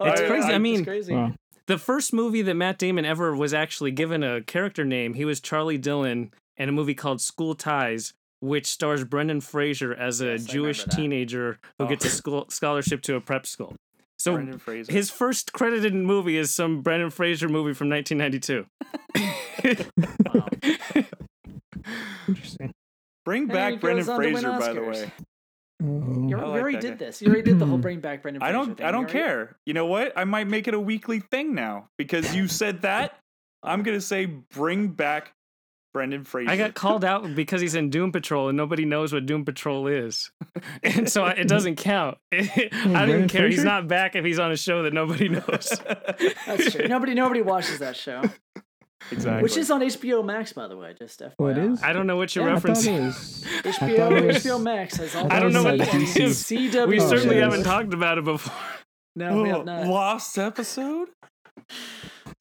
Speaker 2: It's
Speaker 1: I-
Speaker 2: crazy. I,
Speaker 1: I-
Speaker 2: mean,
Speaker 3: it's crazy.
Speaker 4: Wow.
Speaker 2: the first movie that Matt Damon ever was actually given a character name, he was Charlie Dillon in a movie called School Ties, which stars Brendan Fraser as a
Speaker 3: Yes, I remember
Speaker 2: Jewish
Speaker 3: that.
Speaker 2: teenager who
Speaker 1: Oh.
Speaker 2: gets a school scholarship to a prep school. So
Speaker 1: Brendan Fraser.
Speaker 2: his first credited movie is some Brendan Fraser movie from 1992.
Speaker 3: Wow.
Speaker 4: Interesting.
Speaker 1: Bring
Speaker 3: And he
Speaker 1: back
Speaker 3: goes
Speaker 1: Brendan
Speaker 3: on to win
Speaker 1: Fraser, by the
Speaker 3: Oscars.
Speaker 1: way.
Speaker 3: You
Speaker 4: Oh.
Speaker 1: I
Speaker 3: already,
Speaker 1: like
Speaker 3: you already
Speaker 1: that
Speaker 3: did
Speaker 1: guy.
Speaker 3: this. You already did the whole bring back Brendan.
Speaker 1: I
Speaker 3: Fraser
Speaker 1: don't.
Speaker 3: thing.
Speaker 1: I
Speaker 3: You
Speaker 1: don't
Speaker 3: already-
Speaker 1: care. You know what? I might make it a weekly thing now because you said that. I'm gonna say bring back Brendan Fraser.
Speaker 2: I got called out because he's in Doom Patrol and nobody knows what Doom Patrol is. And so I, it doesn't count. I
Speaker 4: Brendan
Speaker 2: didn't care. He's
Speaker 4: Fraser?
Speaker 2: not back if he's on a show that nobody knows.
Speaker 3: That's true. Nobody, nobody watches that show,
Speaker 1: exactly.
Speaker 3: which is on HBO Max, by the way. Just FYI.
Speaker 4: Well, Oh, it is.
Speaker 2: I don't know what you're
Speaker 3: Yeah, I
Speaker 4: I thought
Speaker 2: referencing.
Speaker 4: it was. I
Speaker 3: HBO,
Speaker 4: thought it was-
Speaker 3: HBO Max has all.
Speaker 2: I don't know
Speaker 4: what
Speaker 3: those
Speaker 4: that
Speaker 3: things.
Speaker 2: is.
Speaker 3: CW.
Speaker 2: We
Speaker 4: Oh,
Speaker 2: certainly
Speaker 4: shit.
Speaker 2: haven't talked about it before.
Speaker 3: No, we
Speaker 1: Oh,
Speaker 3: have not.
Speaker 1: lost episode.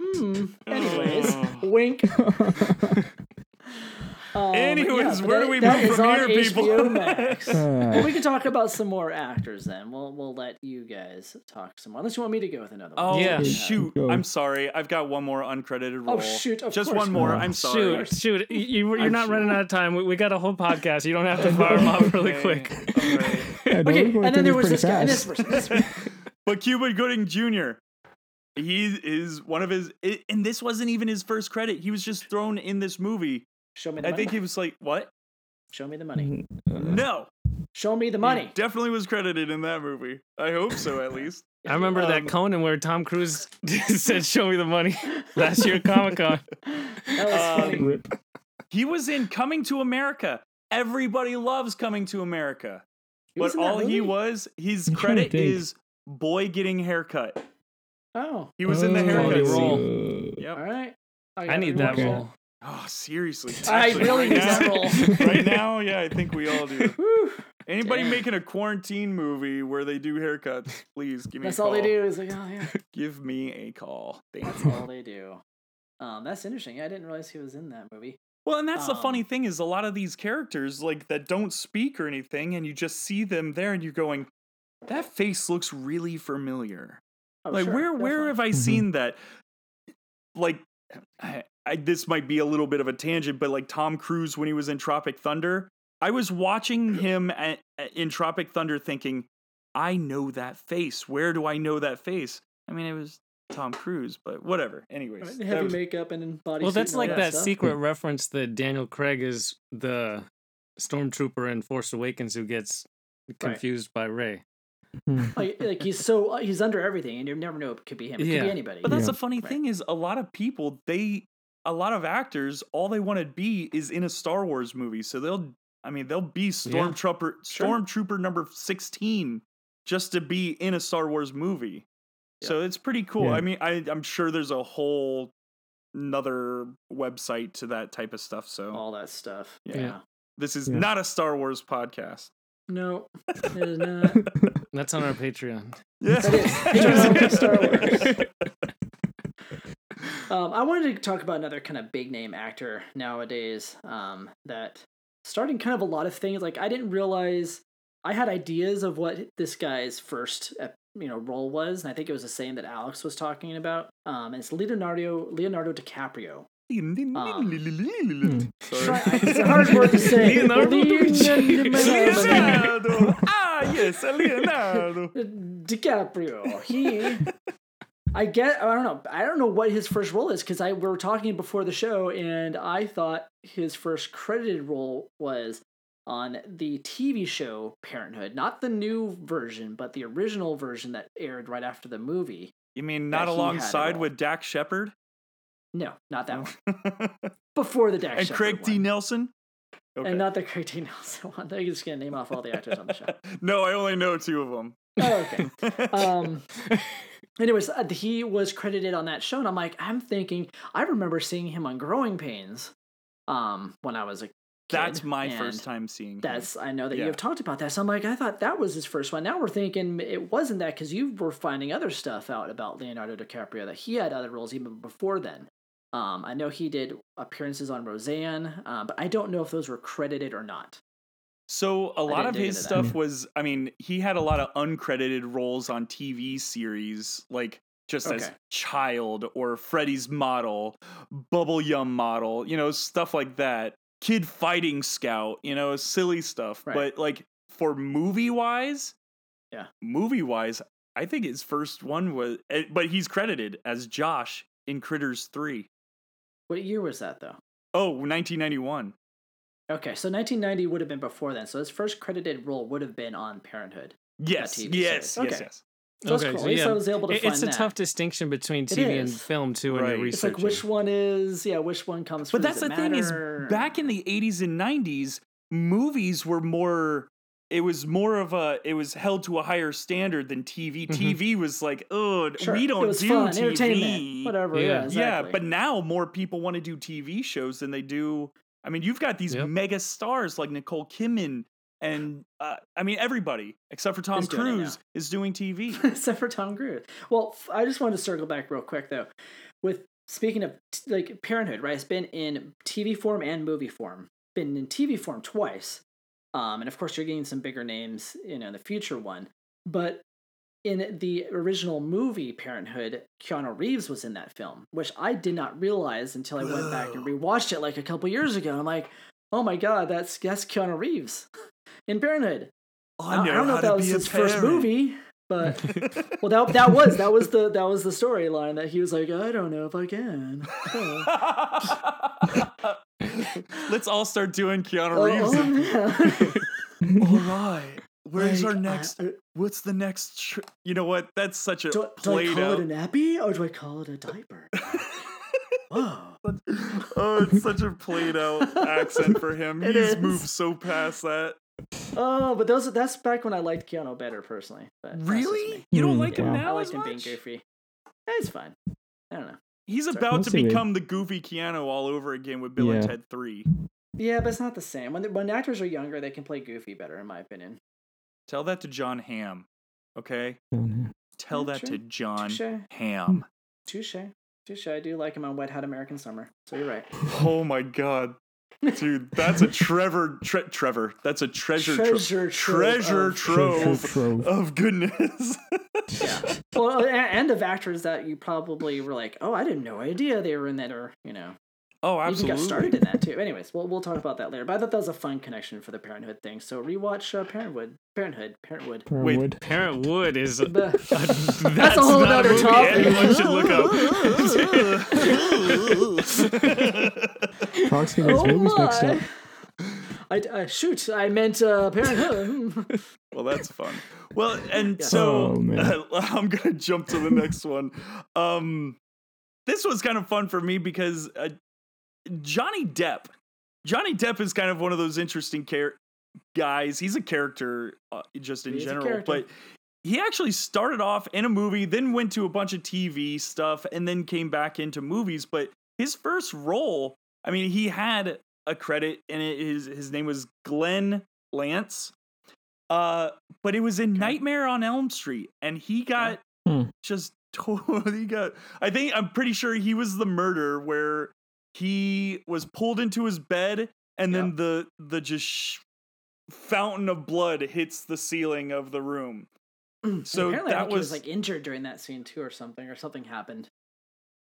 Speaker 3: Hmm. Anyways,
Speaker 1: Oh.
Speaker 3: wink. Um,
Speaker 1: Anyways,
Speaker 3: but
Speaker 1: where
Speaker 3: that-
Speaker 1: do we
Speaker 3: that
Speaker 1: move
Speaker 3: is
Speaker 1: from
Speaker 3: on
Speaker 1: here, people?
Speaker 3: HBO Max. well,
Speaker 4: Uh,
Speaker 3: we can talk about some more actors then. We'll we'll let you guys talk some more. Unless you want me to go with another
Speaker 1: Oh
Speaker 3: one.
Speaker 2: Yeah.
Speaker 1: shoot!
Speaker 4: Go.
Speaker 1: I'm sorry. I've got one more uncredited
Speaker 3: Oh
Speaker 1: role.
Speaker 3: shoot! Of
Speaker 1: Just
Speaker 3: course
Speaker 1: one
Speaker 3: we
Speaker 1: more.
Speaker 4: Oh,
Speaker 3: will.
Speaker 1: I'm sorry.
Speaker 2: Shoot, shoot. You, you- you're
Speaker 1: I'm
Speaker 2: not
Speaker 1: sure.
Speaker 2: running out of time. We, we got a whole podcast. You don't have to fire him off really
Speaker 1: Okay.
Speaker 2: quick.
Speaker 1: All right.
Speaker 4: yeah, no, we're
Speaker 3: Okay,
Speaker 4: going
Speaker 3: and
Speaker 4: through
Speaker 3: then there was
Speaker 4: pretty
Speaker 3: this guy. And this
Speaker 4: fast.
Speaker 3: person. This person.
Speaker 1: But Cuba Gooding Jr. He is one of his, i- and this wasn't even his first credit. He was just thrown in this movie.
Speaker 3: Show me the
Speaker 1: I
Speaker 3: money.
Speaker 1: think he was Mm-hmm. like, "What?
Speaker 3: Show me the money.
Speaker 1: No,
Speaker 3: Show me the
Speaker 1: He
Speaker 3: money.
Speaker 1: definitely was credited in that movie. I hope so, at least.
Speaker 2: I remember
Speaker 1: Um,
Speaker 2: that Conan where Tom Cruise said, "Show me the money." Last year at Comic Con.
Speaker 3: That was
Speaker 1: Um,
Speaker 3: funny.
Speaker 4: Rip.
Speaker 1: He was in Coming to America. Everybody loves Coming to America.
Speaker 3: He was
Speaker 1: but
Speaker 3: in that
Speaker 1: all he
Speaker 3: movie?
Speaker 1: was, his
Speaker 4: I'm trying to
Speaker 1: credit
Speaker 4: think.
Speaker 1: is boy getting haircut.
Speaker 3: Oh,
Speaker 1: He was in the
Speaker 4: Oh,
Speaker 1: haircut
Speaker 2: Quality
Speaker 1: role.
Speaker 2: roll.
Speaker 1: Yep.
Speaker 3: all right.
Speaker 2: I need that
Speaker 4: Okay.
Speaker 2: role.
Speaker 1: Oh, seriously.
Speaker 3: I
Speaker 1: actually,
Speaker 3: really
Speaker 1: right
Speaker 3: need that
Speaker 1: now-
Speaker 3: role.
Speaker 1: Right now, yeah, I think we all do.
Speaker 3: Whew.
Speaker 1: Anybody
Speaker 3: Damn.
Speaker 1: making a quarantine movie where they do haircuts, please give me
Speaker 3: That's
Speaker 1: a call.
Speaker 3: all they do is like, oh yeah,
Speaker 1: Give me a call. Thanks.
Speaker 3: that's all they do. Um, that's interesting. I didn't realize he was in that movie.
Speaker 1: Well, and that's the funny
Speaker 3: Um,
Speaker 1: thing is a lot of these characters like that don't speak or anything, and you just see them there, and you're going, "That face looks really familiar.
Speaker 3: Oh,
Speaker 1: like
Speaker 3: sure,
Speaker 1: where where
Speaker 3: definitely.
Speaker 1: have I
Speaker 4: Mhm.
Speaker 1: seen that? Like, I, I, this might be a little bit of a tangent, but like Tom Cruise when he was in Tropic Thunder, I was watching him a- a- in Tropic Thunder, thinking, "I know that face. Where do I know that face? I mean, it was." Tom Cruise, but whatever. Anyways, that
Speaker 3: heavy
Speaker 1: was-
Speaker 3: makeup and body?
Speaker 2: Well, that's like that
Speaker 3: stuff.
Speaker 2: secret reference that Daniel Craig is the stormtrooper in Force Awakens who gets confused by Ray.
Speaker 3: Like, like he's so uh, he's under everything, and you never know it could be him. It
Speaker 2: Yeah.
Speaker 3: could be anybody.
Speaker 1: But that's
Speaker 4: Yeah.
Speaker 1: the funny
Speaker 3: Right.
Speaker 1: thing is a lot of people they a lot of actors all they want to be is in a Star Wars movie. So they'll I mean they'll be stormtrooper
Speaker 3: Sure.
Speaker 1: stormtrooper number 16 just to be in a Star Wars movie. So it's pretty cool.
Speaker 4: Yeah.
Speaker 1: I mean, I, I'm sure there's a whole another website to that type of stuff. So
Speaker 3: all that stuff.
Speaker 1: Oh. Yeah.
Speaker 3: yeah.
Speaker 1: this is
Speaker 4: Yeah.
Speaker 1: not a Star Wars podcast.
Speaker 3: No, it is not.
Speaker 2: That's on our Patreon.
Speaker 1: Yeah.
Speaker 3: That is Patreon Star Wars. Um, I wanted to talk about another kind of big name actor nowadays um, that starting kind of a lot of things. Like I didn't realize I had ideas of what this guy's first uh, you know role was, and I think it was the same that Alex was talking about. Um, and it's Leonardo Leonardo DiCaprio.
Speaker 1: Um, Sorry.
Speaker 3: It's a hard word to say.
Speaker 2: Leonardo
Speaker 3: Leonardo
Speaker 1: Leonardo. ah, yes, Leonardo.
Speaker 3: DiCaprio. He. I get. I don't know. I don't know what his first role is because I we were talking before the show, and I thought his first credited role was on the TV show Parenthood, not the new version, but the original version that aired right after the movie.
Speaker 1: You mean not
Speaker 3: he had it
Speaker 1: alongside
Speaker 3: all.
Speaker 1: with Dak Shepard
Speaker 3: No, not that one.
Speaker 1: and
Speaker 3: Before the Dax Shepard
Speaker 1: Craig D.
Speaker 3: one.
Speaker 1: Nelson? Okay.
Speaker 3: and not the Craig D. Nelson one. They're just gonna name off all the actors on the show.
Speaker 1: no, I only know two of them.
Speaker 3: Oh, okay. um anyways uh, he was credited on that show and i'm like i'm thinking i remember seeing him on growing pains um when i was a kid,
Speaker 1: That's my first
Speaker 3: and
Speaker 1: time seeing.
Speaker 3: that's i know that
Speaker 1: Yeah.
Speaker 3: you have talked about that so i'm like i thought that was his first one now we're thinking it wasn't that because you were finding other stuff out about leonardo dicaprio that he had other roles even before then um i know he did appearances on roseanne um, but i don't know if those were credited or not
Speaker 1: So a lot
Speaker 3: didn't
Speaker 1: of
Speaker 3: dig
Speaker 1: his
Speaker 3: into that.
Speaker 1: stuff was, I mean, he had a lot of uncredited roles on TV series, like just as
Speaker 3: Okay.
Speaker 1: Child or Freddy's Model, Bubble Yum Model, you know, stuff like that. Kid Fighting Scout, you know, silly stuff.
Speaker 3: Right.
Speaker 1: But like for movie wise,
Speaker 3: Yeah.
Speaker 1: movie wise, I think his first one was, eh, but he's credited as Josh in Critters 3.
Speaker 3: what year was that though
Speaker 1: Oh, 1991.
Speaker 3: Okay, so 1990 would have been before then. So his first credited role would have been on Parenthood.
Speaker 1: Yes, yes,
Speaker 3: TV
Speaker 1: yes,
Speaker 3: series.
Speaker 1: yes,
Speaker 3: Okay. So that's cool. At least I was able to
Speaker 2: It-
Speaker 3: find
Speaker 2: it's a
Speaker 3: that.
Speaker 2: tough distinction between
Speaker 3: It
Speaker 2: TV and
Speaker 3: is.
Speaker 2: film too, when
Speaker 1: Right.
Speaker 2: you're
Speaker 3: It's
Speaker 2: researching.
Speaker 3: like which one is yeah, which one
Speaker 1: But
Speaker 3: comes. first?
Speaker 1: that's
Speaker 3: Does
Speaker 1: the
Speaker 3: it
Speaker 1: thing is
Speaker 3: matter?
Speaker 1: back in the 80s and 90s, movies were more it was more of a it was held to a higher standard than TV.
Speaker 2: Mhm.
Speaker 1: TV was like, "Oh,
Speaker 3: Mm-hmm. Sure,
Speaker 1: we
Speaker 3: it
Speaker 1: don't
Speaker 3: was
Speaker 1: do
Speaker 3: fun,
Speaker 1: TV."
Speaker 3: entertainment, whatever. Yeah,
Speaker 2: Yeah.
Speaker 1: Yeah,
Speaker 3: exactly.
Speaker 1: but now more people want to do TV shows than they do I mean, you've got these
Speaker 2: Yep.
Speaker 1: mega stars like Nicole Kidman and uh, I mean everybody except for Tom
Speaker 3: Is doing it now.
Speaker 1: Cruise is doing TV.
Speaker 3: except for Tom Cruise. Well, f- I just wanted to circle back real quick though. With speaking of t- like Parenthood, right? It's been in TV form and movie form. Been in TV form twice, um, and of course you're getting some bigger names, you know, in the future one. But in the original movie Parenthood, Keanu Reeves was in that film, which I did not realize until I went back and rewatched it like a couple years ago. I'm like, oh my god, that's that's Keanu Reeves in Parenthood. I, I don't know if that was his first movie, but well, that that was that was the that was the storyline that he was like, I don't know if I can. Oh,
Speaker 1: Let's all start doing Keanu
Speaker 3: oh,
Speaker 1: Reeves.
Speaker 3: yeah.
Speaker 1: All right. Where's
Speaker 3: Like,
Speaker 1: our next?
Speaker 3: I, I-
Speaker 1: what's the next? Tr- you know what? That's such a
Speaker 3: do, do I
Speaker 1: played
Speaker 3: call
Speaker 1: out.
Speaker 3: it an nappy or do I call it a diaper? Whoa.
Speaker 1: oh, it's such a played out accent for him.
Speaker 3: It
Speaker 1: He's
Speaker 3: is.
Speaker 1: moved so past that.
Speaker 3: Oh, but those that's back when I liked Keanu better personally. But that's just me.
Speaker 1: You don't
Speaker 4: Hmm,
Speaker 1: like him
Speaker 4: yeah.
Speaker 1: now
Speaker 3: I liked
Speaker 1: as
Speaker 3: him being
Speaker 1: much?
Speaker 3: goofy. It's fine. I don't know.
Speaker 1: He's
Speaker 3: Sorry.
Speaker 1: about to
Speaker 4: Mostly me.
Speaker 1: become the goofy Keanu all over again with Bill and
Speaker 4: Yeah.
Speaker 1: Ted Three.
Speaker 3: Yeah, but it's not the same. When the, when actors are younger, they can play goofy better, in my opinion.
Speaker 1: Tell that to John Ham. Okay. Tell
Speaker 3: Yeah,
Speaker 1: that
Speaker 3: sure.
Speaker 1: to John
Speaker 3: Touche,
Speaker 1: Ham.
Speaker 3: touche, touche. I do like him on Wet Hot American Summer. So you're right.
Speaker 1: Oh my god. Dude, that's a Trevor tre- Trevor. That's a treasure trove.
Speaker 3: Treasure trove
Speaker 1: treasure
Speaker 3: of-
Speaker 1: trove Uh, of goodness.
Speaker 3: well, a- and of actors that you probably were like, oh, I didn't no idea they were in that, or you know,
Speaker 1: oh,
Speaker 3: you even
Speaker 1: absolutely.
Speaker 3: got started in that too. Anyways, we'll we'll talk about that later. But I thought that was a fun connection for the Parenthood thing. So rewatch uh, Parenthood, Parenthood, Parenthood.
Speaker 1: Wait.
Speaker 4: Parenthood.
Speaker 2: Parent Wood is.
Speaker 3: But
Speaker 2: That's,
Speaker 3: a whole
Speaker 2: not
Speaker 3: nother
Speaker 2: a movie
Speaker 3: topic.
Speaker 2: Anyone should look up.
Speaker 4: Fox get
Speaker 1: Oh
Speaker 4: his movies mixed up.
Speaker 3: Oh I, I shoot, I meant uh, Parenthood.
Speaker 1: well, that's fun. Well, and
Speaker 3: Yeah.
Speaker 1: so
Speaker 4: Oh, man.
Speaker 1: I'm gonna jump to the next one. Um, this was kind of fun for me because uh, Johnny Depp. Johnny Depp is kind of one of those interesting char- guys. He's a character uh, just in
Speaker 3: He's a
Speaker 1: general,
Speaker 3: character.
Speaker 1: but he actually started off in a movie, then went to a bunch of TV stuff, and then came back into movies. But his first role, I mean, he had a credit, and it, his his name was Glenn Lance. Uh, but it was in Nightmare on Elm Street, and he got
Speaker 4: Hmm.
Speaker 1: just totally got. I think I'm pretty sure he was the murder where he was pulled into his bed, and then the the just sh- fountain of blood hits the ceiling of the room. So
Speaker 3: apparently I
Speaker 1: that
Speaker 3: think he was
Speaker 1: was
Speaker 3: like injured during that scene too, or something, or something happened.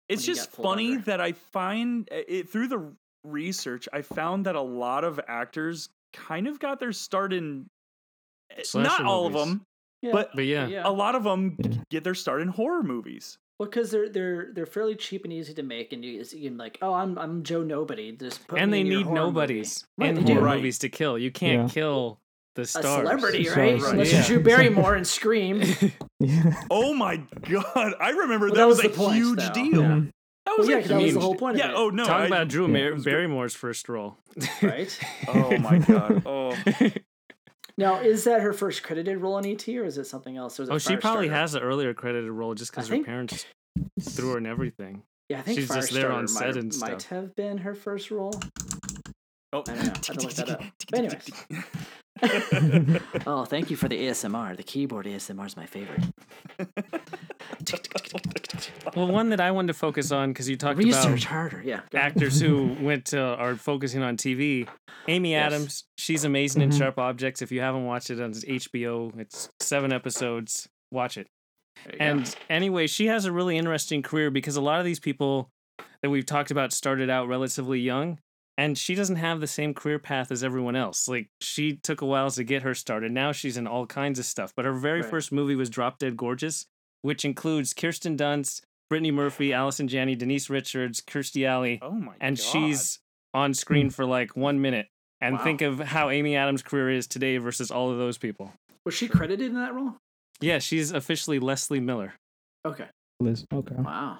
Speaker 1: it's
Speaker 3: when he
Speaker 1: just
Speaker 3: got pulled
Speaker 1: funny
Speaker 3: over.
Speaker 1: that I find eh, it through the research. I found that a lot of actors kind of got their start in eh, not
Speaker 5: Slasher
Speaker 1: all
Speaker 5: movies.
Speaker 1: of them,
Speaker 3: Yeah,
Speaker 1: but Oh.
Speaker 5: But yeah,
Speaker 3: yeah.
Speaker 1: a lot of them
Speaker 4: Yeah.
Speaker 1: get their start in horror movies.
Speaker 3: Well, because they're they're they're fairly cheap and easy to make, and you, it's- you can like, oh, I'm I'm Joe Nobody. Just put
Speaker 2: and
Speaker 3: me
Speaker 2: they
Speaker 3: in your
Speaker 2: need
Speaker 3: horror movie."
Speaker 2: nobodies
Speaker 3: Right,
Speaker 2: and
Speaker 3: they
Speaker 2: in
Speaker 3: do.
Speaker 2: horror
Speaker 1: Right.
Speaker 2: movies to kill. You can't
Speaker 4: Yeah.
Speaker 2: kill the
Speaker 3: A
Speaker 2: stars.
Speaker 3: celebrity,
Speaker 4: Stars.
Speaker 3: right?
Speaker 4: Right.
Speaker 3: Unless
Speaker 2: Yeah.
Speaker 3: you're Drew Barrymore and Scream.
Speaker 4: Yeah.
Speaker 1: Oh my god! I remember
Speaker 3: Well,
Speaker 1: that, was,
Speaker 3: the
Speaker 1: a
Speaker 3: point,
Speaker 1: huge
Speaker 3: though.
Speaker 1: deal.
Speaker 3: Yeah,
Speaker 1: That
Speaker 3: well,
Speaker 1: was
Speaker 3: yeah,
Speaker 1: a
Speaker 3: 'cause that was the
Speaker 2: huge-
Speaker 3: whole point.
Speaker 1: yeah.
Speaker 3: Of
Speaker 1: Oh no!
Speaker 2: Talk
Speaker 1: I-
Speaker 2: about Drew
Speaker 4: Yeah,
Speaker 2: Mar-
Speaker 4: it was
Speaker 2: Barrymore's first role.
Speaker 3: it, right?
Speaker 1: oh my god! Oh,
Speaker 3: now, is that her first credited role in ET, or is it something else? Or is it
Speaker 2: oh, she probably
Speaker 3: Firestarter?
Speaker 2: has an earlier credited role just
Speaker 3: I
Speaker 2: because her
Speaker 3: think-
Speaker 2: parents threw her in everything.
Speaker 3: Yeah, I think
Speaker 2: she's just there
Speaker 3: Firestarter
Speaker 2: on
Speaker 3: might-
Speaker 2: set and
Speaker 3: Might
Speaker 2: stuff.
Speaker 3: have been her first role.
Speaker 1: oh.
Speaker 3: I don't know. I had to look that up. But anyways. oh, thank you for the ASMR. The keyboard ASMR is my favorite.
Speaker 2: Well, one that I wanted to focus on because you talked
Speaker 3: Research
Speaker 2: about
Speaker 3: harder. Yeah. go ahead.
Speaker 2: actors who went to are focusing on TV. Amy
Speaker 3: Yes.
Speaker 2: Adams, she's amazing in
Speaker 4: Mhm.
Speaker 2: Sharp Objects. If you haven't watched it on HBO, it's seven episodes. Watch it.
Speaker 3: There you go.
Speaker 2: And anyway, she has a really interesting career because a lot of these people that we've talked about started out relatively young and she doesn't have the same career path as everyone else. Like she took a while to get her started. Now she's in all kinds of stuff. But her very
Speaker 3: Right.
Speaker 2: first movie was Drop Dead Gorgeous, which includes Kirsten Dunst, Brittany Murphy, Allison Janney, Denise Richards, Kirstie Alley,
Speaker 1: Oh my
Speaker 2: and
Speaker 1: god!
Speaker 2: she's on screen for like one minute. And
Speaker 3: Wow.
Speaker 2: think of how Amy Adams' career is today versus all of those people.
Speaker 3: was she credited in that role?
Speaker 2: Yeah, she's officially Leslie Miller.
Speaker 3: Okay.
Speaker 4: Liz. Okay.
Speaker 3: Wow.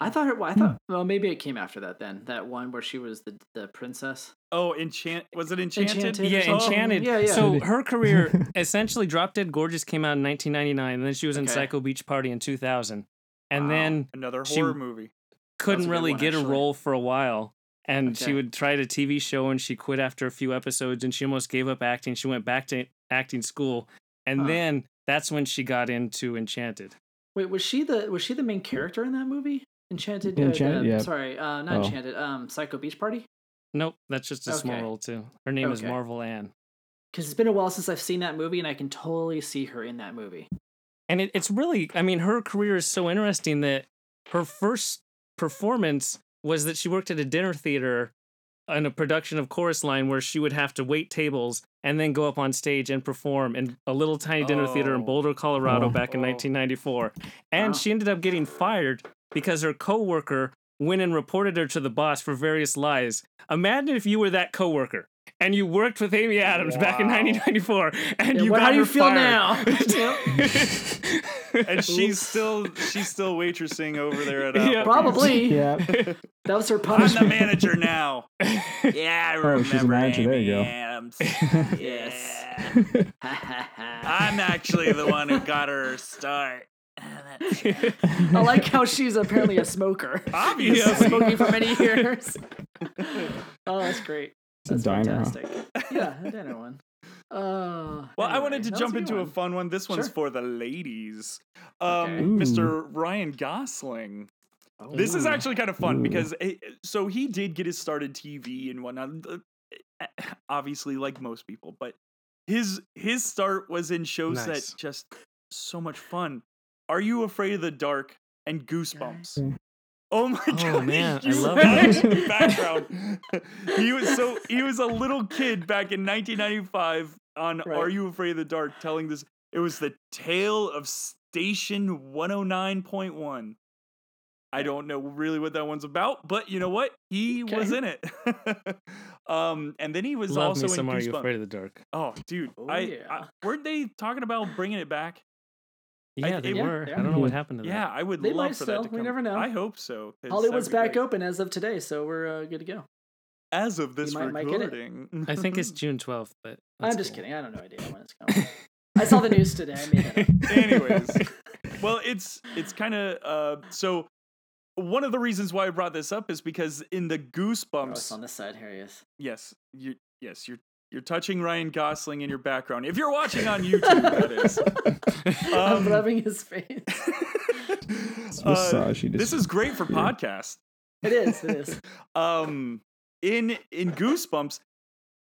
Speaker 3: I thought it. Well, I thought. Well, maybe it came after that. Then that one where she was the the princess.
Speaker 1: oh enchant. Was it enchanted?
Speaker 3: Enchanted or
Speaker 2: Yeah,
Speaker 1: Oh,
Speaker 2: Enchanted.
Speaker 3: Yeah, yeah.
Speaker 2: So her career essentially Drop Dead Gorgeous came out in 1999, and then she was in
Speaker 3: Okay.
Speaker 2: Psycho Beach Party in 2000, and
Speaker 3: Wow.
Speaker 2: then
Speaker 1: Another
Speaker 2: She-
Speaker 1: horror movie.
Speaker 2: couldn't
Speaker 3: good
Speaker 2: really
Speaker 3: one,
Speaker 2: get a
Speaker 3: actually.
Speaker 2: role for a while. And she
Speaker 3: Okay.
Speaker 2: would try a TV show, and she quit after a few episodes, and she almost gave up acting. She went back to acting school, and
Speaker 3: Huh.
Speaker 2: then that's when she got into Enchanted.
Speaker 3: Wait, was she the was she the main character in that movie? Enchanted. uh,
Speaker 4: Enchanted,
Speaker 3: the-
Speaker 4: yeah.
Speaker 3: Sorry, uh, not
Speaker 4: Oh.
Speaker 3: Enchanted. Um, Psycho Beach Party.
Speaker 2: Nope, that's just a small
Speaker 3: Okay.
Speaker 2: role too. Her name is
Speaker 3: Okay.
Speaker 2: Marvel Ann.
Speaker 3: Because it's been a while since I've seen that movie, and I can totally see her in that movie.
Speaker 2: and it, it's really i mean her career is so interesting that her first performance was that she worked at a dinner theater in a production of chorus line where she would have to wait tables and then go up on stage and perform in a little tiny dinner theater in
Speaker 1: Oh.
Speaker 2: boulder colorado
Speaker 4: Oh.
Speaker 2: back in
Speaker 1: Oh.
Speaker 2: 1994 and
Speaker 3: Wow.
Speaker 2: she ended up getting fired because her coworker went and reported her to the boss for various lies imagine if you were that coworker and you worked with Amy Adams back in
Speaker 1: Wow.
Speaker 2: 1994, and
Speaker 3: Yeah,
Speaker 2: you
Speaker 3: what-
Speaker 2: got
Speaker 3: how do you
Speaker 2: her
Speaker 3: feel
Speaker 2: fired.
Speaker 3: now?
Speaker 1: And she's
Speaker 3: Oops.
Speaker 1: still she's still waitressing over there at Applebee's.
Speaker 3: Probably
Speaker 4: Yeah.
Speaker 3: that was her
Speaker 1: I'm the
Speaker 3: punishment.
Speaker 1: manager now. Yeah, I
Speaker 4: Oh,
Speaker 1: remember
Speaker 4: she's a manager, there you go.
Speaker 1: Amy Adams.
Speaker 3: Yes.
Speaker 1: Yeah. I'm actually the one who got her start.
Speaker 3: I like how she's apparently a smoker.
Speaker 1: Obviously.
Speaker 3: smoking for many years. oh, that's great.
Speaker 4: It's a
Speaker 3: That's
Speaker 4: diner. huh?
Speaker 3: fantastic. Yeah, a dinner one. Uh,
Speaker 1: Well, I
Speaker 3: anyway,
Speaker 1: wanted to
Speaker 3: that was
Speaker 1: jump
Speaker 3: good
Speaker 1: into a
Speaker 3: one.
Speaker 1: fun one. This one's
Speaker 3: Sure.
Speaker 1: for the ladies.
Speaker 3: Okay.
Speaker 1: Um, Mr.
Speaker 4: Ooh.
Speaker 1: Ryan Gosling.
Speaker 3: Oh,
Speaker 1: This is
Speaker 2: Ooh.
Speaker 1: actually kind of fun
Speaker 4: Ooh.
Speaker 1: because it, so he did get his start in TV and whatnot. uh, Obviously, like most people, but his his start was in shows
Speaker 2: Nice.
Speaker 1: that just so much fun. Are you afraid of the dark and Goosebumps?
Speaker 4: Nice.
Speaker 1: Oh my
Speaker 2: Mm. Oh,
Speaker 1: god!
Speaker 2: man, I
Speaker 1: you
Speaker 2: love
Speaker 1: forgot
Speaker 3: that.
Speaker 1: the background. he was so he was a little kid back in 1995 on
Speaker 3: Right.
Speaker 1: Are You Afraid of the Dark, telling this. It was the tale of Station 109.1. I don't know really what that one's about, but you know what? He was
Speaker 3: Okay.
Speaker 1: in it. um, and then he was
Speaker 2: Love
Speaker 1: also
Speaker 2: me some
Speaker 1: in
Speaker 2: Are You
Speaker 1: Goosebumps.
Speaker 2: Afraid of the Dark?
Speaker 1: Oh, dude!
Speaker 3: Oh,
Speaker 1: I,
Speaker 3: yeah.
Speaker 1: I weren't they talking about bringing it back? I-
Speaker 2: Yeah, they
Speaker 1: yeah,
Speaker 2: were.
Speaker 3: they
Speaker 2: I don't know
Speaker 4: are.
Speaker 2: what happened to
Speaker 1: Yeah,
Speaker 2: that.
Speaker 1: I would
Speaker 3: They
Speaker 1: love
Speaker 3: might
Speaker 1: for
Speaker 3: still.
Speaker 1: that to
Speaker 3: We
Speaker 1: come.
Speaker 3: never know.
Speaker 1: I hope so. 'cause
Speaker 3: Hollywood's
Speaker 1: that'd be
Speaker 3: back
Speaker 1: great.
Speaker 3: open as of today, so we're uh, good to go.
Speaker 1: as of this
Speaker 3: might make it.
Speaker 1: recording.
Speaker 2: I think it's June 12th, but
Speaker 3: I'm
Speaker 2: that's
Speaker 3: just
Speaker 2: cool.
Speaker 3: kidding. I don't know idea when it's coming. I saw the news today. I made that up.
Speaker 1: Anyways, well, it's it's kind of uh, so. One of the reasons why I brought this up is because in the
Speaker 3: Oh, it's
Speaker 1: Goosebumps,
Speaker 3: on this side. Here he is.
Speaker 1: yes, you yes you're you're touching Ryan Gosling in your background. If you're watching on YouTube, that is.
Speaker 3: I'm
Speaker 1: Um,
Speaker 3: rubbing his face.
Speaker 4: It's
Speaker 1: uh,
Speaker 4: massage. You just,
Speaker 1: this is great for podcasts.
Speaker 3: It is. It is.
Speaker 1: um in in goosebumps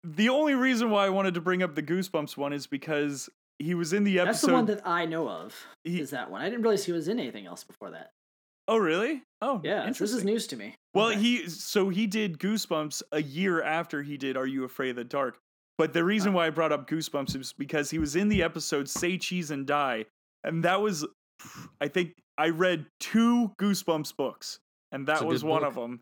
Speaker 1: the only reason why i wanted to bring up the goosebumps one is because he was in the episode
Speaker 3: That's the one that I know of.
Speaker 1: he-
Speaker 3: Is that one? I didn't realize he was in anything else before that.
Speaker 1: oh really oh
Speaker 3: Yeah, this is
Speaker 1: interesting.
Speaker 3: news to me.
Speaker 1: well
Speaker 3: Okay.
Speaker 1: he so he did goosebumps a year after he did are you afraid of the dark but
Speaker 5: Uh-huh.
Speaker 1: the reason why i brought up goosebumps is because he was in the episode say cheese and die and that was i think i read two goosebumps books and that
Speaker 5: It's a
Speaker 1: was
Speaker 5: good
Speaker 1: one
Speaker 5: book.
Speaker 1: of them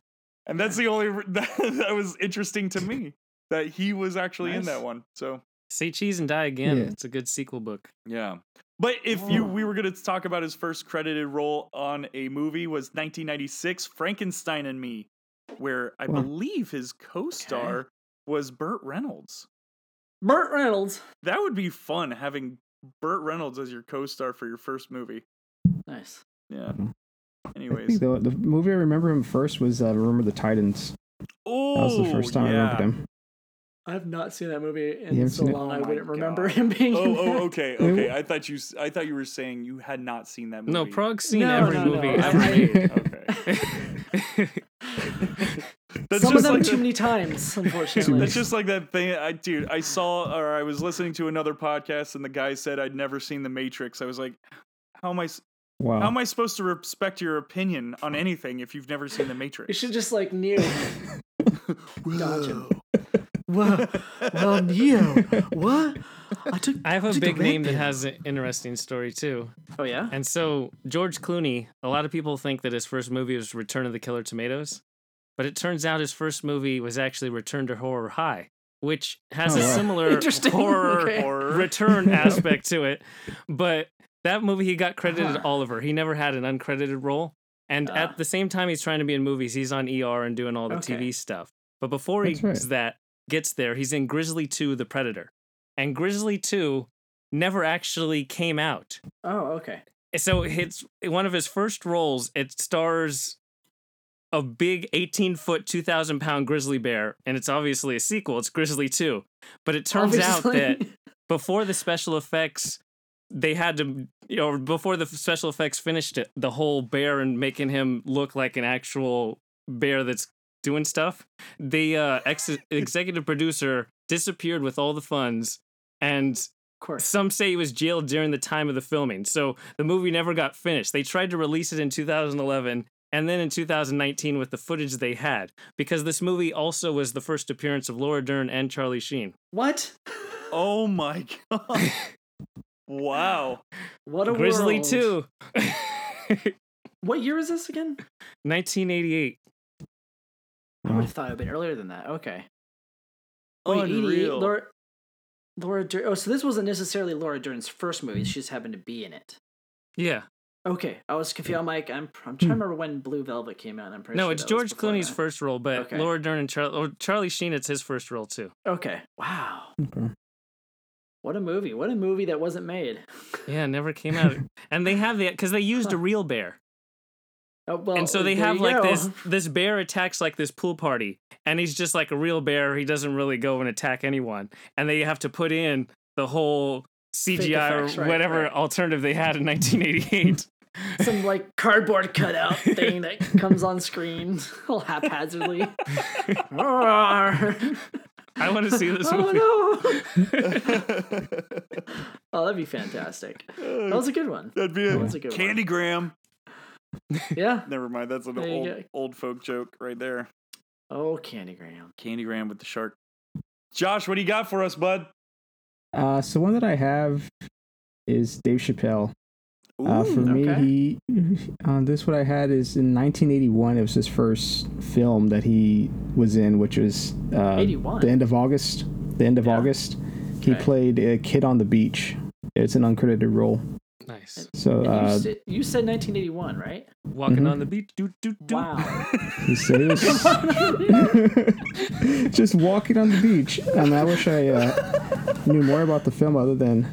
Speaker 1: and that's the only re- that, that was interesting to me that he was actually in that
Speaker 2: Nice.
Speaker 1: one so
Speaker 2: Say cheese and die again.
Speaker 4: Yeah.
Speaker 2: It's a good sequel book.
Speaker 1: Yeah. But if you
Speaker 3: Oh.
Speaker 1: we were going to talk about his first credited role on a movie was 1996 Frankenstein and Me, where I
Speaker 4: Wow.
Speaker 1: believe his co-star was Burt Reynolds.
Speaker 3: Burt Reynolds.
Speaker 1: That would be fun having Burt Reynolds as your co-star for your first movie.
Speaker 3: Nice.
Speaker 1: Yeah.
Speaker 4: Mhm. I
Speaker 1: Anyways.
Speaker 4: think the, the movie I remember him first was uh, Remember the Titans.
Speaker 1: Oh,
Speaker 4: That was the first time I
Speaker 1: yeah.
Speaker 4: remembered him.
Speaker 3: I have not seen that movie
Speaker 4: You
Speaker 3: in
Speaker 4: haven't
Speaker 3: so
Speaker 4: seen it?
Speaker 3: long.
Speaker 1: Oh
Speaker 3: I
Speaker 1: my
Speaker 3: wouldn't remember
Speaker 1: God.
Speaker 3: him being.
Speaker 1: Oh,
Speaker 3: in
Speaker 1: oh,
Speaker 3: that.
Speaker 1: okay,
Speaker 4: Wait,
Speaker 1: okay. I thought you, s- I thought you were saying you had not seen that movie.
Speaker 2: No, Prague's seen
Speaker 3: No,
Speaker 2: every
Speaker 3: no, no.
Speaker 2: movie ever
Speaker 1: Ever
Speaker 2: made.
Speaker 1: made. Okay. That's
Speaker 3: Some of
Speaker 1: just
Speaker 3: them
Speaker 1: like
Speaker 3: too
Speaker 1: the-
Speaker 3: many times, unfortunately.
Speaker 1: That's just like that thing, I dude. I saw or I was listening to another podcast, and the guy said I'd never seen The Matrix. I was like, how am I? s-
Speaker 4: Wow.
Speaker 1: How am I supposed to respect your opinion on anything if you've never seen The
Speaker 3: you
Speaker 1: Matrix?
Speaker 3: should just like Neo. dodge him.
Speaker 6: Well, well, Neo, what? I took.
Speaker 2: I have a
Speaker 6: took the
Speaker 2: big
Speaker 6: red
Speaker 2: name that
Speaker 6: pill.
Speaker 2: has an interesting story too.
Speaker 3: Oh yeah.
Speaker 2: And so George Clooney, a lot of people think that his first movie was Return of the Killer Tomatoes, but it turns out his first movie was actually Return to Horror High, which has
Speaker 4: Oh,
Speaker 2: a
Speaker 4: wow.
Speaker 2: similar
Speaker 3: Interesting.
Speaker 2: horror
Speaker 3: Okay.
Speaker 1: Horror.
Speaker 2: return aspect to it. But that movie he got credited
Speaker 3: Huh.
Speaker 2: Oliver. He never had an uncredited role. And
Speaker 3: Ah.
Speaker 2: at the same time he's trying to be in movies, he's on ER and doing all the
Speaker 3: Okay.
Speaker 2: TV stuff. But before he
Speaker 4: That's right.
Speaker 2: does that, gets there, he's in Grizzly 2 The Predator. And Grizzly 2 never actually came out
Speaker 3: Oh okay.
Speaker 2: so it's one of his first roles. It stars a big 18 foot, 2,000 pound grizzly bear, and it's obviously a sequel. It's Grizzly 2. But it turns out
Speaker 3: Obviously.
Speaker 2: that before the special effects, they had to, you know, before the special effects finished it, the whole bear and making him look like an actual bear that's doing stuff, the uh, ex- executive producer disappeared with all the funds. And
Speaker 3: of course.
Speaker 2: some say he was jailed during the time of the filming, so the movie never got finished. They tried to release it in 2011 and then in 2019 with the footage they had, because this movie also was the first appearance of Laura Dern and Charlie Sheen.
Speaker 3: What?
Speaker 1: Oh my god! Wow.
Speaker 3: What a
Speaker 2: Grizzly
Speaker 3: world.
Speaker 2: 2,
Speaker 3: What year is this again?
Speaker 2: 1988.
Speaker 3: I would
Speaker 4: Wow.
Speaker 3: have thought it would have been earlier than that. Okay. Wait, 88,
Speaker 1: Unreal.
Speaker 3: Laura, Laura Dern. Oh, so this wasn't necessarily Laura Dern's first movie. She just happened to be in it.
Speaker 2: Yeah.
Speaker 3: Okay, I was confused. I'm like, I'm, I'm trying to remember when Blue Velvet came out. and I'm pretty
Speaker 2: No,
Speaker 3: sure
Speaker 2: it's
Speaker 3: that was
Speaker 2: George
Speaker 3: before
Speaker 2: Clooney's
Speaker 3: that.
Speaker 2: first role, but
Speaker 3: Okay.
Speaker 2: Laura Dern and Char- or Charlie Sheen, it's his first role too.
Speaker 3: Okay, wow,
Speaker 4: Okay.
Speaker 3: what a movie! What a movie that wasn't made.
Speaker 2: Yeah, never came out. and they have the, because they used a
Speaker 3: Huh.
Speaker 2: real bear.
Speaker 3: Oh, well,
Speaker 2: and so they
Speaker 3: there
Speaker 2: have
Speaker 3: you
Speaker 2: like
Speaker 3: go.
Speaker 2: this this bear attacks like this pool party and he's just like a real bear he doesn't really go and attack anyone and they have to put in the whole cgi
Speaker 3: effects,
Speaker 2: or
Speaker 3: right,
Speaker 2: whatever
Speaker 3: right.
Speaker 2: alternative they had in 1988
Speaker 3: some like cardboard cutout thing that comes on screen all haphazardly. Roar.
Speaker 2: i want to see this movie
Speaker 3: oh no! oh, that'd be fantastic. That was a good one.
Speaker 1: That'd be
Speaker 3: That was a good one.
Speaker 1: Candy Graham.
Speaker 3: Yeah.
Speaker 1: Never mind. That's an
Speaker 3: There you
Speaker 1: old
Speaker 3: go.
Speaker 1: old folk joke right there.
Speaker 3: Oh, Candy Graham.
Speaker 1: Candy Graham with the shark. Josh, what do you got for us, bud?
Speaker 4: Uh, so one that I have is Dave Chappelle. Uh, for
Speaker 1: Ooh.
Speaker 4: me,
Speaker 3: okay.
Speaker 4: he uh, this what I had is in 1981. It was his first film that he was in, which was uh,
Speaker 3: 81?
Speaker 4: the end of August. The end of
Speaker 3: Yeah.
Speaker 4: August, he
Speaker 3: Okay.
Speaker 4: played a kid on the beach. It's an uncredited role.
Speaker 2: nice
Speaker 4: So
Speaker 3: And you,
Speaker 4: uh,
Speaker 3: said, you said 1981, right?
Speaker 2: walking
Speaker 4: Mhm.
Speaker 2: on the beach doo, doo, doo.
Speaker 3: Wow.
Speaker 4: he said he was just walking on the beach. I mean, I wish I uh, knew more about the film other than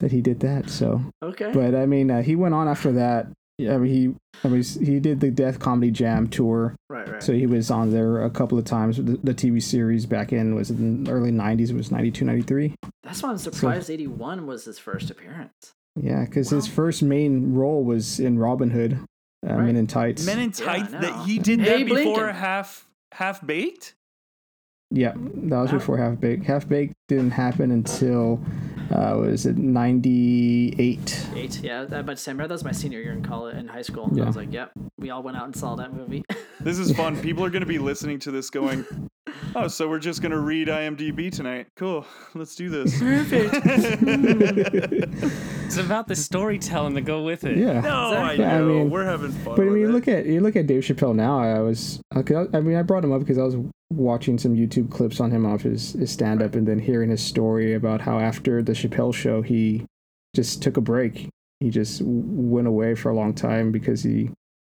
Speaker 4: that he did that. So,
Speaker 3: Okay.
Speaker 4: but I mean, uh, he went on after that. Yeah, I mean, he, I mean, he did the Death Comedy Jam tour.
Speaker 3: right. Right.
Speaker 4: So he was on there a couple of times. The, the TV series back in was in the early 90s, it was 92, 93.
Speaker 3: That's why I'm surprised 81 was his first appearance.
Speaker 4: Yeah, because his first main role was in Robin Hood, uh, Men in Tights.
Speaker 1: Men in
Speaker 3: Yeah,
Speaker 1: Tights
Speaker 3: I know.
Speaker 1: that he did
Speaker 3: Hey,
Speaker 1: that before
Speaker 3: Blinken.
Speaker 1: half half baked.
Speaker 4: yeah, that was
Speaker 3: Wow.
Speaker 4: before Half Baked. Half Baked didn't happen until, uh, was it 98?
Speaker 3: Eight. Yeah. That, but Sam, that was my senior year in college, in high school. I
Speaker 4: Yeah.
Speaker 3: was like, yep. We all went out and saw that movie.
Speaker 1: This is fun. People are going to be listening to this going, oh, so we're just going to read IMDb tonight. Cool. Let's do this.
Speaker 2: It's about the storytelling that go with it.
Speaker 4: Yeah.
Speaker 1: No, I know.
Speaker 4: Yeah, I mean-
Speaker 1: we're having fun.
Speaker 4: But I
Speaker 1: with
Speaker 4: mean, you
Speaker 1: it.
Speaker 4: look at you look at Dave Chappelle now. I was, I, could- I mean, I brought him up because I was watching some YouTube clips on him off his, his stand up, and then hearing his story about how after the Chappelle show, he just took a break. He just w- went away for a long time because he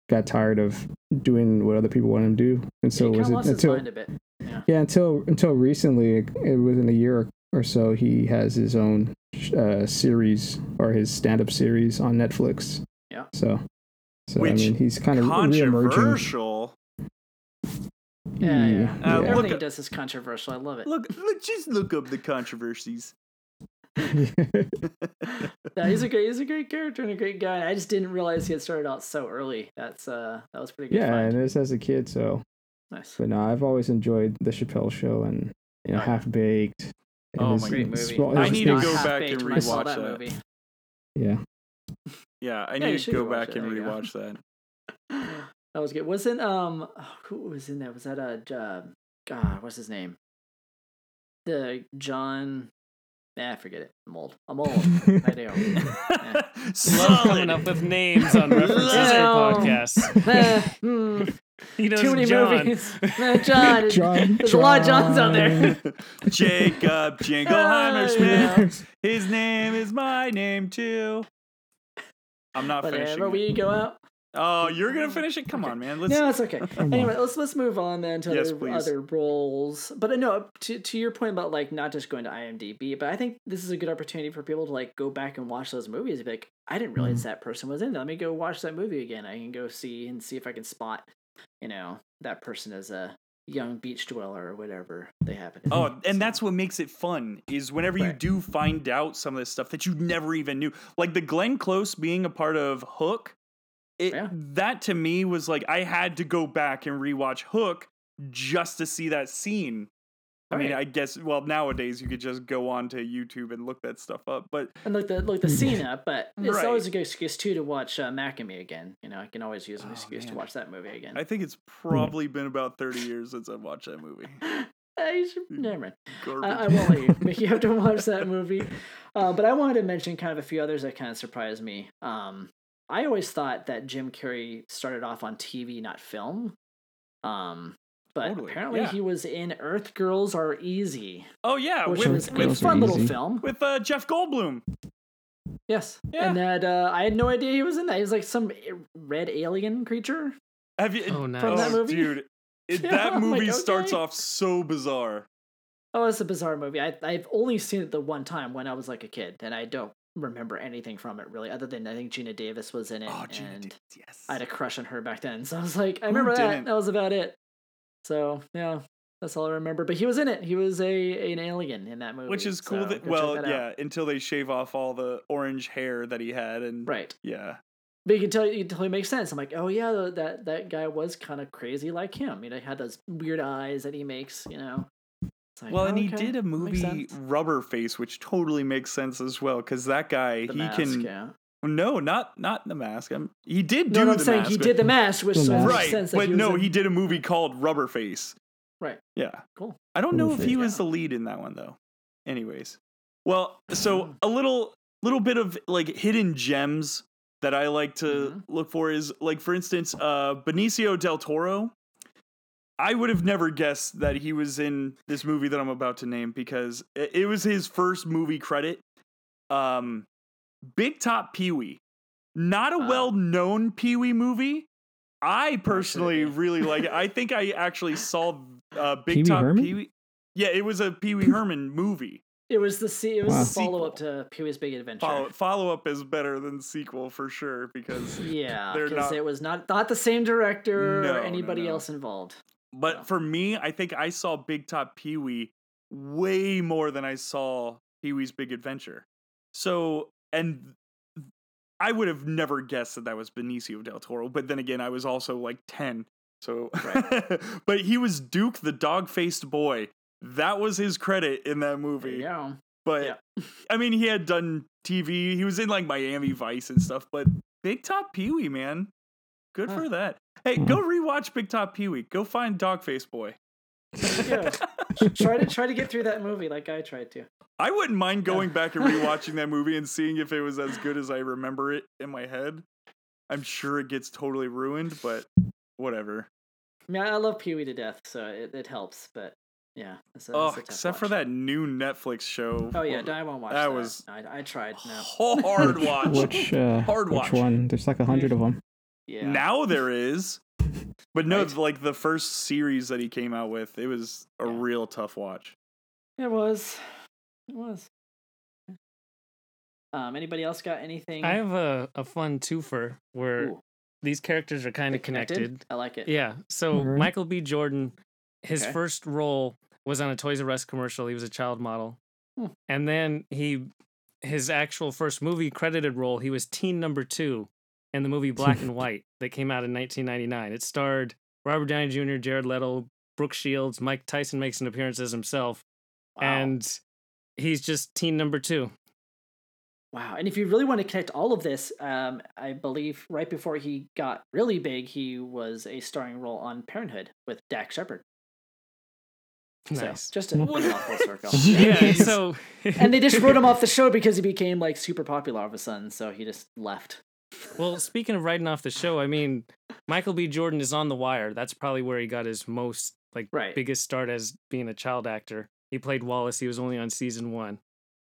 Speaker 4: got tired of doing what other people wanted him to do, and so
Speaker 3: he
Speaker 4: was
Speaker 3: kind of
Speaker 4: it
Speaker 3: lost his
Speaker 4: until
Speaker 3: mind a bit.
Speaker 4: yeah until until recently, it, it within a year or so, he has his own uh, series or his stand up series on Netflix.
Speaker 3: Yeah.
Speaker 4: So. So, I
Speaker 1: Which
Speaker 4: mean, he's kind of re-emerging.
Speaker 1: controversial.
Speaker 3: Yeah. Yeah.
Speaker 4: Yeah.
Speaker 1: Uh,
Speaker 3: Everything
Speaker 1: look-
Speaker 3: he does is controversial. I love it.
Speaker 1: Look, look, just look up the controversies.
Speaker 3: Yeah, he's a great, he's a great character and a great guy. I just didn't realize he had started out so early. That's uh, that was pretty good.
Speaker 4: yeah,
Speaker 3: find.
Speaker 4: and this as a kid, so.
Speaker 3: nice.
Speaker 4: But no, I've always enjoyed the Chappelle show and you know
Speaker 3: Oh, yeah.
Speaker 4: Half Baked.
Speaker 1: Oh my-
Speaker 3: Great movie.
Speaker 1: I need to
Speaker 3: Not
Speaker 1: go
Speaker 3: half
Speaker 1: back
Speaker 3: baked
Speaker 1: and
Speaker 3: when I saw
Speaker 1: rewatch that.
Speaker 3: movie.
Speaker 4: Yeah,
Speaker 1: Yeah, I
Speaker 3: Yeah, you
Speaker 1: need to
Speaker 3: should
Speaker 1: go
Speaker 3: rewatch
Speaker 1: back
Speaker 3: it.
Speaker 1: and
Speaker 3: There you go.
Speaker 1: rewatch that.
Speaker 3: That was good. Wasn't um who was in that? Was that a uh, God? What's his name? The John. Nah, forget it. I'm old. I'm old. I do.
Speaker 2: Love coming
Speaker 1: Solid.
Speaker 2: up with names on references
Speaker 3: Well.
Speaker 2: for podcasts.
Speaker 3: Eh, hmm,
Speaker 2: He knows
Speaker 3: too many
Speaker 2: John.
Speaker 3: movies. Eh, John.
Speaker 4: John,
Speaker 3: There's a lot of Johns out there.
Speaker 1: Jacob Jingleheimer
Speaker 3: Oh,
Speaker 1: Smith.
Speaker 3: yeah.
Speaker 1: His name is my name too. I'm not finishing.
Speaker 3: Whenever
Speaker 1: it.
Speaker 3: we go out.
Speaker 1: Oh, you're gonna finish it? Come on, man. Let's.
Speaker 3: No, it's okay.
Speaker 4: on.
Speaker 3: anyway, let's let's move on then to
Speaker 1: Yes,
Speaker 3: other,
Speaker 1: please.
Speaker 3: other roles. But uh, no, to to your point about like not just going to IMDb, but I think this is a good opportunity for people to like go back and watch those movies. and Be like, I didn't realize that person was in. That. Let me go watch that movie again. I can go see and see if I can spot, you know, that person as a young beach dweller or whatever they happen. to be.
Speaker 1: Oh, and that's what makes it fun is whenever you
Speaker 3: Right.
Speaker 1: do find out some of this stuff that you never even knew. Like the Glenn Close being a part of Hook, it
Speaker 3: Yeah.
Speaker 1: that to me was like I had to go back and rewatch Hook just to see that scene. I mean,
Speaker 3: Right.
Speaker 1: I guess well nowadays you could just go on to YouTube and look that stuff up, but
Speaker 3: and look the look the scene up, but it's
Speaker 1: Right.
Speaker 3: always a good excuse too to watch uh, Mac and Me again. You know, I can always use an
Speaker 1: Oh,
Speaker 3: excuse
Speaker 1: man.
Speaker 3: to watch that movie again.
Speaker 1: I think it's probably been about 30 years since I've watched that movie.
Speaker 3: Eh, you should,
Speaker 1: Hmm.
Speaker 3: never mind.
Speaker 1: Garbage.
Speaker 3: I, I won't let you. Mickey, you have to watch that movie. Uh, but I wanted to mention kind of a few others that kind of surprised me. Um, I always thought that Jim Carrey started off on TV, not film. Um, but
Speaker 1: Totally,
Speaker 3: apparently
Speaker 1: yeah.
Speaker 3: he was in Earth Girls Are Easy,
Speaker 1: oh yeah,
Speaker 3: which
Speaker 1: with,
Speaker 3: was
Speaker 1: with,
Speaker 3: a
Speaker 4: Girls Are
Speaker 3: fun little
Speaker 4: Easy.
Speaker 3: film.
Speaker 1: with uh, Jeff Goldblum.
Speaker 3: Yes.
Speaker 1: Yeah.
Speaker 3: And that uh, I had no idea he was in that. He was like some red alien creature.
Speaker 1: Have you
Speaker 2: Oh, nice.
Speaker 3: From that movie?
Speaker 1: dude? It,
Speaker 3: Yeah,
Speaker 1: that
Speaker 3: I'm
Speaker 1: movie
Speaker 3: like,
Speaker 1: starts
Speaker 3: okay.
Speaker 1: off so bizarre.
Speaker 3: Oh, it's a bizarre movie. I, I've only seen it the one time when I was like a kid, and I don't remember anything from it really, other than I think Gina Davis was in it.
Speaker 1: Oh, Gina
Speaker 3: and
Speaker 1: Davis, yes.
Speaker 3: I had a crush on her back then. So I was like, I
Speaker 1: Who
Speaker 3: remember that.
Speaker 1: didn't?
Speaker 3: That was about it. So yeah, that's all I remember. But he was in it. He was a an alien in that movie,
Speaker 1: Which is cool.
Speaker 3: so
Speaker 1: that,
Speaker 3: go check
Speaker 1: well,
Speaker 3: that out.
Speaker 1: yeah, until they shave off all the orange hair that he had, and
Speaker 3: right.
Speaker 1: yeah,
Speaker 3: But you can tell you can totally makes sense. I'm like, oh yeah, tho- that that guy was kind of crazy like him. You know, he had those weird eyes that he makes. You know. It's like,
Speaker 1: Well, and he
Speaker 3: okay,
Speaker 1: did a
Speaker 3: makes
Speaker 1: movie
Speaker 3: sense.
Speaker 1: Rubber Face, which totally makes sense as well, because that guy
Speaker 3: The
Speaker 1: he
Speaker 3: mask,
Speaker 1: can
Speaker 3: Yeah.
Speaker 1: no, not not the mask. I'm, he did
Speaker 3: No,
Speaker 1: do
Speaker 3: no, I'm
Speaker 1: the
Speaker 3: saying
Speaker 1: mask.
Speaker 3: he
Speaker 1: but-
Speaker 3: did the mask, which
Speaker 4: The
Speaker 3: so it
Speaker 4: mask.
Speaker 3: makes
Speaker 1: right,
Speaker 3: sense that
Speaker 1: but
Speaker 3: he was
Speaker 1: no,
Speaker 3: in-
Speaker 1: he did a movie called Rubber Face.
Speaker 3: Right.
Speaker 1: Yeah.
Speaker 3: Cool.
Speaker 1: I don't know if he
Speaker 4: Perfect.
Speaker 1: was the lead in that one though. Anyways, well,
Speaker 3: Mm-hmm.
Speaker 1: so a little little bit of like hidden gems that I like to
Speaker 3: Mhm.
Speaker 1: look for is like for instance, uh Benicio del Toro. I would have never guessed that he was in this movie that I'm about to name because it, it was his first movie credit. Um Big Top Pee Wee. Not a
Speaker 3: Wow.
Speaker 1: well-known Pee Wee movie. I personally
Speaker 3: be?
Speaker 1: really like it. I think I actually saw uh, Big
Speaker 4: Pee Wee
Speaker 1: Top
Speaker 4: Herman?
Speaker 1: Pee Wee. Yeah, it was a Pee Wee Herman movie.
Speaker 3: It was the se- it was
Speaker 4: Wow.
Speaker 3: the follow up to Pee Wee's Big Adventure.
Speaker 1: Follow follow up is better than sequel for sure because
Speaker 3: Yeah,
Speaker 1: They're
Speaker 3: because
Speaker 1: not-
Speaker 3: it was not not the same director
Speaker 1: No,
Speaker 3: or
Speaker 1: no,
Speaker 3: anybody
Speaker 1: no.
Speaker 3: else involved.
Speaker 1: But
Speaker 3: Yeah.
Speaker 1: for me, I think I saw Big Top Pee Wee way more than I saw Pee Wee's Big Adventure. So, and I would have never guessed that that was Benicio del Toro. But then again, I was also like 10. So, but he was Duke the dog faced boy. That was his credit in that
Speaker 3: There
Speaker 1: movie.
Speaker 3: you go.
Speaker 1: But I mean, he had done TV. He was in like Miami Vice and stuff. But Big Top Pee Wee, man, good
Speaker 3: Huh.
Speaker 1: for that. Hey, go rewatch Big Top Pee Wee. Go find Dogface Boy.
Speaker 3: Yeah. try to try to get through that movie like I tried to.
Speaker 1: I wouldn't mind going back and rewatching that movie and seeing if it was as good as I remember it in my head. I'm sure it gets totally ruined, but whatever.
Speaker 3: I mean, I I love Pee Wee to death, so it, it helps. But yeah, it's a-
Speaker 1: Oh,
Speaker 3: it's a tough
Speaker 1: except for
Speaker 3: watch.
Speaker 1: that new Netflix show.
Speaker 3: Oh yeah, no, I won't watch
Speaker 1: that
Speaker 3: that.
Speaker 1: was-
Speaker 3: No, I, I tried. No,
Speaker 1: hard watch.
Speaker 4: Which uh,
Speaker 1: Hard
Speaker 4: which
Speaker 1: watch.
Speaker 4: one? There's like a hundred of them.
Speaker 3: yeah,
Speaker 1: Now there is. But no,
Speaker 3: Right.
Speaker 1: like the first series that he came out with, it was a
Speaker 3: Yeah.
Speaker 1: real tough watch.
Speaker 3: it was, it was. Um, anybody else got anything?
Speaker 2: I have a, a fun twofer where
Speaker 3: Ooh,
Speaker 2: these characters are kind
Speaker 3: they're
Speaker 2: of connected.
Speaker 3: I like it.
Speaker 2: Yeah. So
Speaker 4: Alright.
Speaker 2: Michael B. Jordan, his
Speaker 3: Mm-hmm. Okay.
Speaker 2: first role was on a Toys R Us commercial. He was a child model,
Speaker 3: Hmm.
Speaker 2: and then he, his actual first movie credited role, he was teen number two in the movie Black and White that came out in 1999. It starred Robert Downey Jr., Jared Leto, Brooke Shields, Mike Tyson makes an appearance as himself,
Speaker 3: Wow.
Speaker 2: and he's just teen number two.
Speaker 3: Wow. And if you really want to connect all of this, um, I believe right before he got really big, he was a starring role on Parenthood with Dak Shepard.
Speaker 2: Nice.
Speaker 3: So just a bring it all full circle.
Speaker 2: yeah. So
Speaker 3: And they just wrote him off the show because he became like super popular all of a sudden, so he just left.
Speaker 2: Well, speaking of writing off the show, I mean, Michael B. Jordan is on The Wire. That's probably where he got his most, like,
Speaker 3: Right.
Speaker 2: biggest start as being a child actor. He played Wallace. He was only on season one.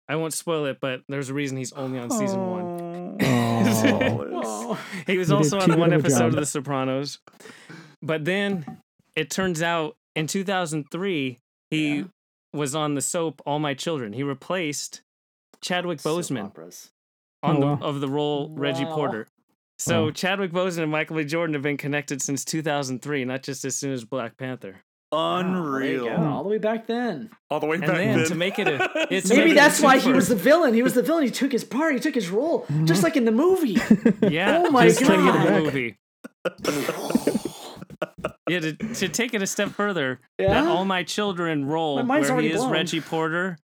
Speaker 2: I won't spoil it, but there's a reason he's only on season one.
Speaker 4: Oh.
Speaker 2: He was
Speaker 4: You did
Speaker 2: also
Speaker 4: too
Speaker 2: on one
Speaker 4: good of a
Speaker 2: episode of
Speaker 4: job.
Speaker 2: The Sopranos. But then it turns out in 2003, he
Speaker 3: Yeah.
Speaker 2: was on the soap All My Children. He replaced Chadwick
Speaker 3: Soap
Speaker 2: Boseman
Speaker 3: operas.
Speaker 2: on
Speaker 4: Oh,
Speaker 2: the,
Speaker 4: wow.
Speaker 2: of the role Reggie
Speaker 3: Wow.
Speaker 2: Porter. So
Speaker 4: Wow.
Speaker 2: Chadwick Boseman and Michael B. Jordan have been connected since 2003, not just as soon as Black Panther.
Speaker 3: Wow, there you
Speaker 1: Unreal.
Speaker 3: go,
Speaker 2: Hmm.
Speaker 3: all the way back then.
Speaker 1: All the way back
Speaker 2: And then
Speaker 1: then.
Speaker 2: to make it a, it's
Speaker 3: Maybe
Speaker 2: making
Speaker 3: that's
Speaker 2: it
Speaker 3: why he
Speaker 2: super-
Speaker 3: was the villain. He was the villain. He took his part. He took his role,
Speaker 2: Mm-hmm.
Speaker 3: just like in the movie.
Speaker 2: yeah.
Speaker 3: Oh my
Speaker 2: just trying to get the
Speaker 3: God.
Speaker 2: movie. yeah, to, to take it a step further, that
Speaker 3: Yeah?
Speaker 2: all my children role
Speaker 3: My mind's
Speaker 2: where he
Speaker 3: already
Speaker 2: is
Speaker 3: blown.
Speaker 2: Reggie Porter.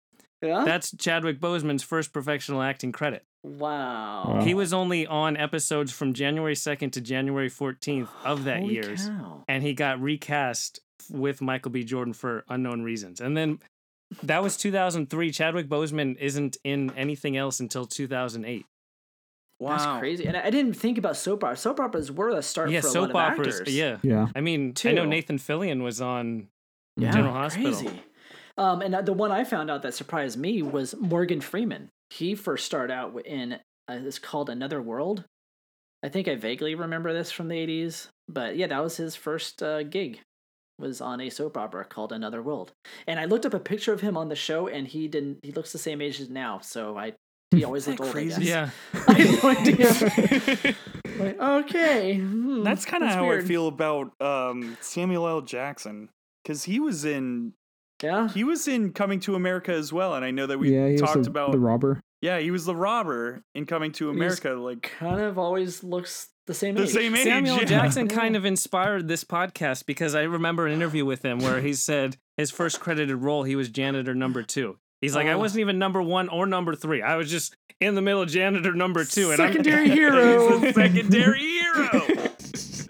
Speaker 3: Yeah.
Speaker 2: That's Chadwick Boseman's first professional acting credit.
Speaker 3: wow.
Speaker 4: Wow.
Speaker 2: He was only on episodes from January 2nd to January 14th of that
Speaker 3: Holy
Speaker 2: year's.
Speaker 3: cow.
Speaker 2: and he got recast with Michael B. Jordan for unknown reasons. And then that was 2003. Chadwick Boseman isn't in anything else until 2008.
Speaker 1: wow.
Speaker 3: That's crazy. And I I didn't think about soap operas. Soap operas were the start
Speaker 2: yeah,
Speaker 3: for a
Speaker 2: soap
Speaker 3: lot of
Speaker 2: operas.
Speaker 3: actors.
Speaker 2: Yeah,
Speaker 4: Yeah.
Speaker 2: I mean, I know
Speaker 3: Two.
Speaker 2: Nathan Fillion was on
Speaker 3: Yeah,
Speaker 2: General Hospital.
Speaker 3: Crazy. Um, and the one I found out that surprised me was Morgan Freeman. He first started out in uh, it's called Another World. I think I vaguely remember this from the '80s, but yeah, that was his first uh, gig. Was on a soap opera called Another World, and I looked up a picture of him on the show, and he didn't. He looks the same age as now, so I he always
Speaker 1: Isn't
Speaker 3: looked
Speaker 1: that
Speaker 3: old. I
Speaker 1: crazy?
Speaker 3: guess.
Speaker 2: Yeah,
Speaker 3: I had no idea. Like, okay, hmm,
Speaker 1: That's kind of how
Speaker 3: weird.
Speaker 1: I feel about um, Samuel L. Jackson because he was in
Speaker 3: Yeah,
Speaker 1: he was in Coming to America as well, and I know that we
Speaker 4: yeah, he
Speaker 1: talked
Speaker 4: was the,
Speaker 1: about
Speaker 4: the robber.
Speaker 1: yeah he was the robber in Coming to
Speaker 3: was
Speaker 1: America like
Speaker 3: kind of always looks the same.
Speaker 1: the
Speaker 3: age.
Speaker 1: same age.
Speaker 2: Samuel
Speaker 1: yeah.
Speaker 2: Jackson kind of inspired this podcast because I remember an interview with him where he said his first credited role he was janitor number two. He's like, I
Speaker 3: Oh.
Speaker 2: wasn't even number one or number three. I was just in the middle of janitor number two, and I'm
Speaker 3: Secondary hero.
Speaker 1: He's a secondary hero.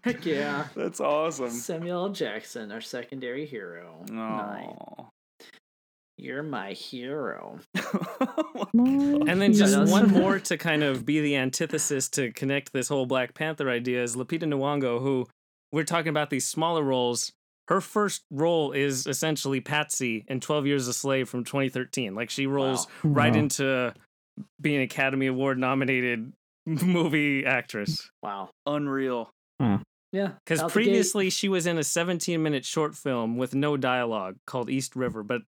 Speaker 3: Heck yeah.
Speaker 1: That's awesome.
Speaker 3: Samuel L. Jackson, our secondary hero. Nine.
Speaker 1: Aw.
Speaker 3: You're my hero.
Speaker 2: And then
Speaker 3: Yeah,
Speaker 2: just
Speaker 3: that's-
Speaker 2: one more to kind of be the antithesis to connect this whole Black Panther idea is Lupita Nyong'o, who we're talking about these smaller roles. Her first role is essentially Patsy in 12 Years a Slave from 2013. Like she rolls right
Speaker 4: Wow.
Speaker 2: into being Academy Award nominated movie actress.
Speaker 3: Wow.
Speaker 1: Unreal.
Speaker 3: Yeah. out
Speaker 2: Because
Speaker 3: the gate.
Speaker 2: previously she was in a 17 minute short film with no dialogue called East River, but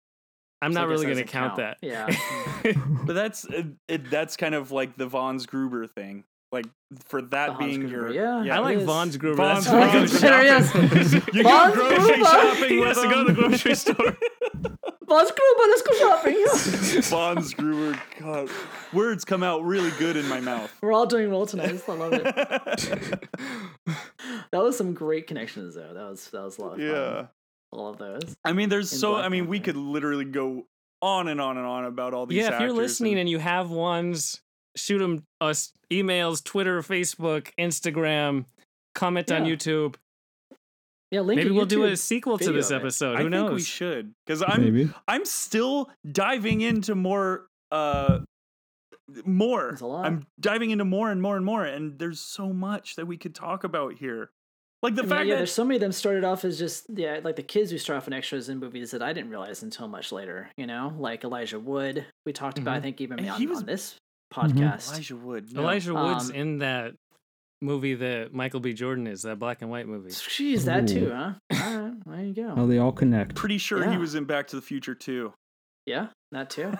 Speaker 2: I'm
Speaker 3: So I
Speaker 2: not
Speaker 3: guess
Speaker 2: really going to
Speaker 3: doesn't
Speaker 2: count, that.
Speaker 3: Yeah.
Speaker 1: But that's it, it, that's kind of like the Vons Gruber thing. Like for that
Speaker 3: Hans
Speaker 1: being
Speaker 3: Gruber,
Speaker 1: your
Speaker 3: yeah.
Speaker 2: I
Speaker 3: it
Speaker 2: like
Speaker 3: is.
Speaker 2: Vaughn's Gruber.
Speaker 1: Vons
Speaker 2: That's
Speaker 1: Gruber.
Speaker 2: pretty good.
Speaker 3: There he is.
Speaker 1: you go
Speaker 3: Vons
Speaker 1: grocery
Speaker 3: Gruber!
Speaker 1: shopping
Speaker 2: He
Speaker 1: with
Speaker 2: has to go to the
Speaker 1: him.
Speaker 2: grocery store.
Speaker 3: Buzz Gruber, let's go shopping.
Speaker 1: Vons Gruber. God, words come out really good in my mouth.
Speaker 3: We're all doing well tonight. I love it. That was some great connections though. That was that was a lot of fun.
Speaker 1: yeah.
Speaker 3: All of those.
Speaker 1: I mean, there's
Speaker 3: In
Speaker 1: so.
Speaker 3: Black
Speaker 1: I mean, we
Speaker 3: Panther.
Speaker 1: could literally go on and on and on about all these.
Speaker 2: yeah, if you're
Speaker 1: actors
Speaker 2: listening
Speaker 1: and-
Speaker 2: and you have ones, shoot them us emails, Twitter, Facebook, Instagram, comment on
Speaker 3: Yeah.
Speaker 2: YouTube.
Speaker 3: Yeah, link
Speaker 2: Maybe
Speaker 3: to
Speaker 2: we'll do
Speaker 3: YouTube.
Speaker 2: a sequel to
Speaker 3: video
Speaker 2: this
Speaker 3: of it.
Speaker 2: episode.
Speaker 1: I think
Speaker 2: Who knows?
Speaker 1: we should because I'm
Speaker 4: Maybe.
Speaker 1: I'm still diving into more uh more.
Speaker 3: There's a lot.
Speaker 1: I'm diving into more and more and more, and there's so much that we could talk about here. Like the
Speaker 3: I mean,
Speaker 1: fact
Speaker 3: yeah,
Speaker 1: that
Speaker 3: there's so many of them started off as just yeah, like the kids who start off in extras in movies that I didn't realize until much later. You know, like Elijah Wood. We talked about, I
Speaker 2: Mhm.
Speaker 3: think, even
Speaker 1: Mm-hmm. And
Speaker 3: on,
Speaker 1: he was- Mm-hmm.
Speaker 3: on this podcast.
Speaker 1: Elijah Wood, no.
Speaker 2: Elijah Woods
Speaker 3: Um,
Speaker 2: in that movie that Michael B. Jordan is, that black and white movie.
Speaker 3: Jeez, that
Speaker 4: Ooh.
Speaker 3: too, huh? All right, there you go.
Speaker 4: Oh, they all connect.
Speaker 1: Pretty sure he
Speaker 3: Yeah.
Speaker 1: was in Back to the Future too.
Speaker 3: Yeah, that too.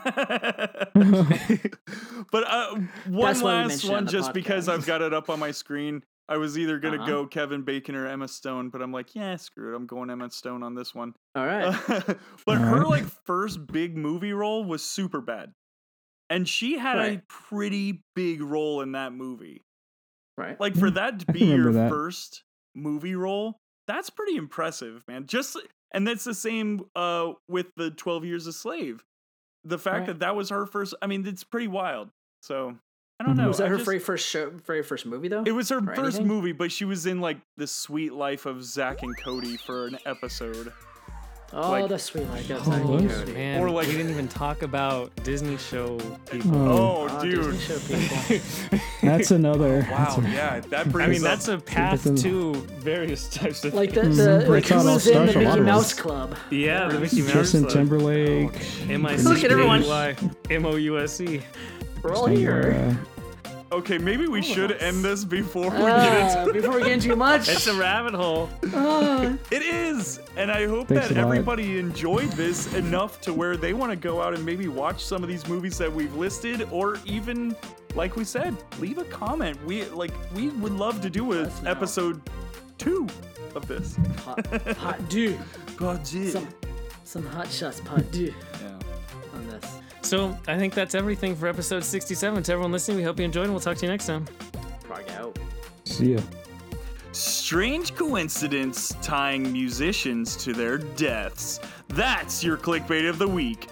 Speaker 1: but uh, one
Speaker 3: That's why we
Speaker 1: last
Speaker 3: mentioned it
Speaker 1: one,
Speaker 3: on the
Speaker 1: just because
Speaker 3: podcast.
Speaker 1: I've got it up on my screen. I was either gonna
Speaker 3: Uh-huh.
Speaker 1: go Kevin Bacon or Emma Stone, but I'm like, yeah, screw it. I'm going Emma Stone on this one.
Speaker 3: All right.
Speaker 1: but her like first big movie role was super bad and she had a
Speaker 3: Right.
Speaker 1: pretty big role in that movie
Speaker 3: right.
Speaker 1: like for that to
Speaker 4: I
Speaker 1: be
Speaker 4: can remember
Speaker 1: your
Speaker 4: that.
Speaker 1: first movie role that's pretty impressive man just and that's the same uh with the 12 years a slave the fact
Speaker 3: Right.
Speaker 1: that that was her first i mean it's pretty wild so i don't
Speaker 4: Mhm.
Speaker 1: know
Speaker 3: was that
Speaker 1: I
Speaker 3: her
Speaker 1: just-
Speaker 3: very first show, very first movie though?
Speaker 1: it was her
Speaker 3: or
Speaker 1: first
Speaker 3: anything?
Speaker 1: movie but she was in like the sweet life of zach and cody for an episode
Speaker 3: oh,
Speaker 1: like-
Speaker 3: that's sweet. Like that's
Speaker 4: Oh,
Speaker 3: Zack and
Speaker 4: whoops.
Speaker 3: Cody.
Speaker 2: Man,
Speaker 1: Or
Speaker 2: or
Speaker 1: like-
Speaker 2: like, we didn't even talk about Disney show people.
Speaker 4: Oh,
Speaker 1: oh,
Speaker 3: Ah,
Speaker 1: dude
Speaker 3: Disney show people.
Speaker 4: that's another.
Speaker 1: Oh, Wow,
Speaker 4: that's a-
Speaker 1: yeah, that brings.
Speaker 2: I mean,
Speaker 1: up-
Speaker 2: that's a path
Speaker 4: That's a-
Speaker 2: to various types of
Speaker 3: like the,
Speaker 2: things.
Speaker 1: Mm-hmm.
Speaker 3: the like
Speaker 4: Breaks out
Speaker 3: who
Speaker 4: all
Speaker 3: was in the
Speaker 4: special
Speaker 3: Mickey
Speaker 4: orders.
Speaker 3: Mouse Club?
Speaker 2: Yeah, the Mickey Mouse.
Speaker 4: Justin
Speaker 2: Club.
Speaker 4: Timberlake.
Speaker 2: M-I-C-K-E-Y,
Speaker 3: Look at everyone.
Speaker 2: M-O-U-S-E.
Speaker 3: We're all here.
Speaker 4: Somewhere,
Speaker 1: okay. Maybe we should end this before we get
Speaker 3: Uh, before we get into much,
Speaker 2: It's a rabbit hole.
Speaker 3: Ah,
Speaker 1: into it. Is and I hope
Speaker 4: Thanks
Speaker 1: that
Speaker 4: a lot.
Speaker 1: everybody enjoyed this enough to where they want to go out and maybe watch some of these movies that we've listed, or even, like we said, leave a comment. We like we would love to do a
Speaker 3: Let us know.
Speaker 1: episode two of this.
Speaker 3: hot, hot dude,
Speaker 1: God, yeah.
Speaker 3: some some hot shots, pot dude
Speaker 1: Yeah.
Speaker 3: on this.
Speaker 2: So I think that's everything for episode 67. To everyone listening, we hope you enjoyed, and we'll talk to you next time.
Speaker 3: Frog out.
Speaker 4: uh, see ya.
Speaker 1: Strange coincidence tying musicians to their deaths. That's your clickbait of the week.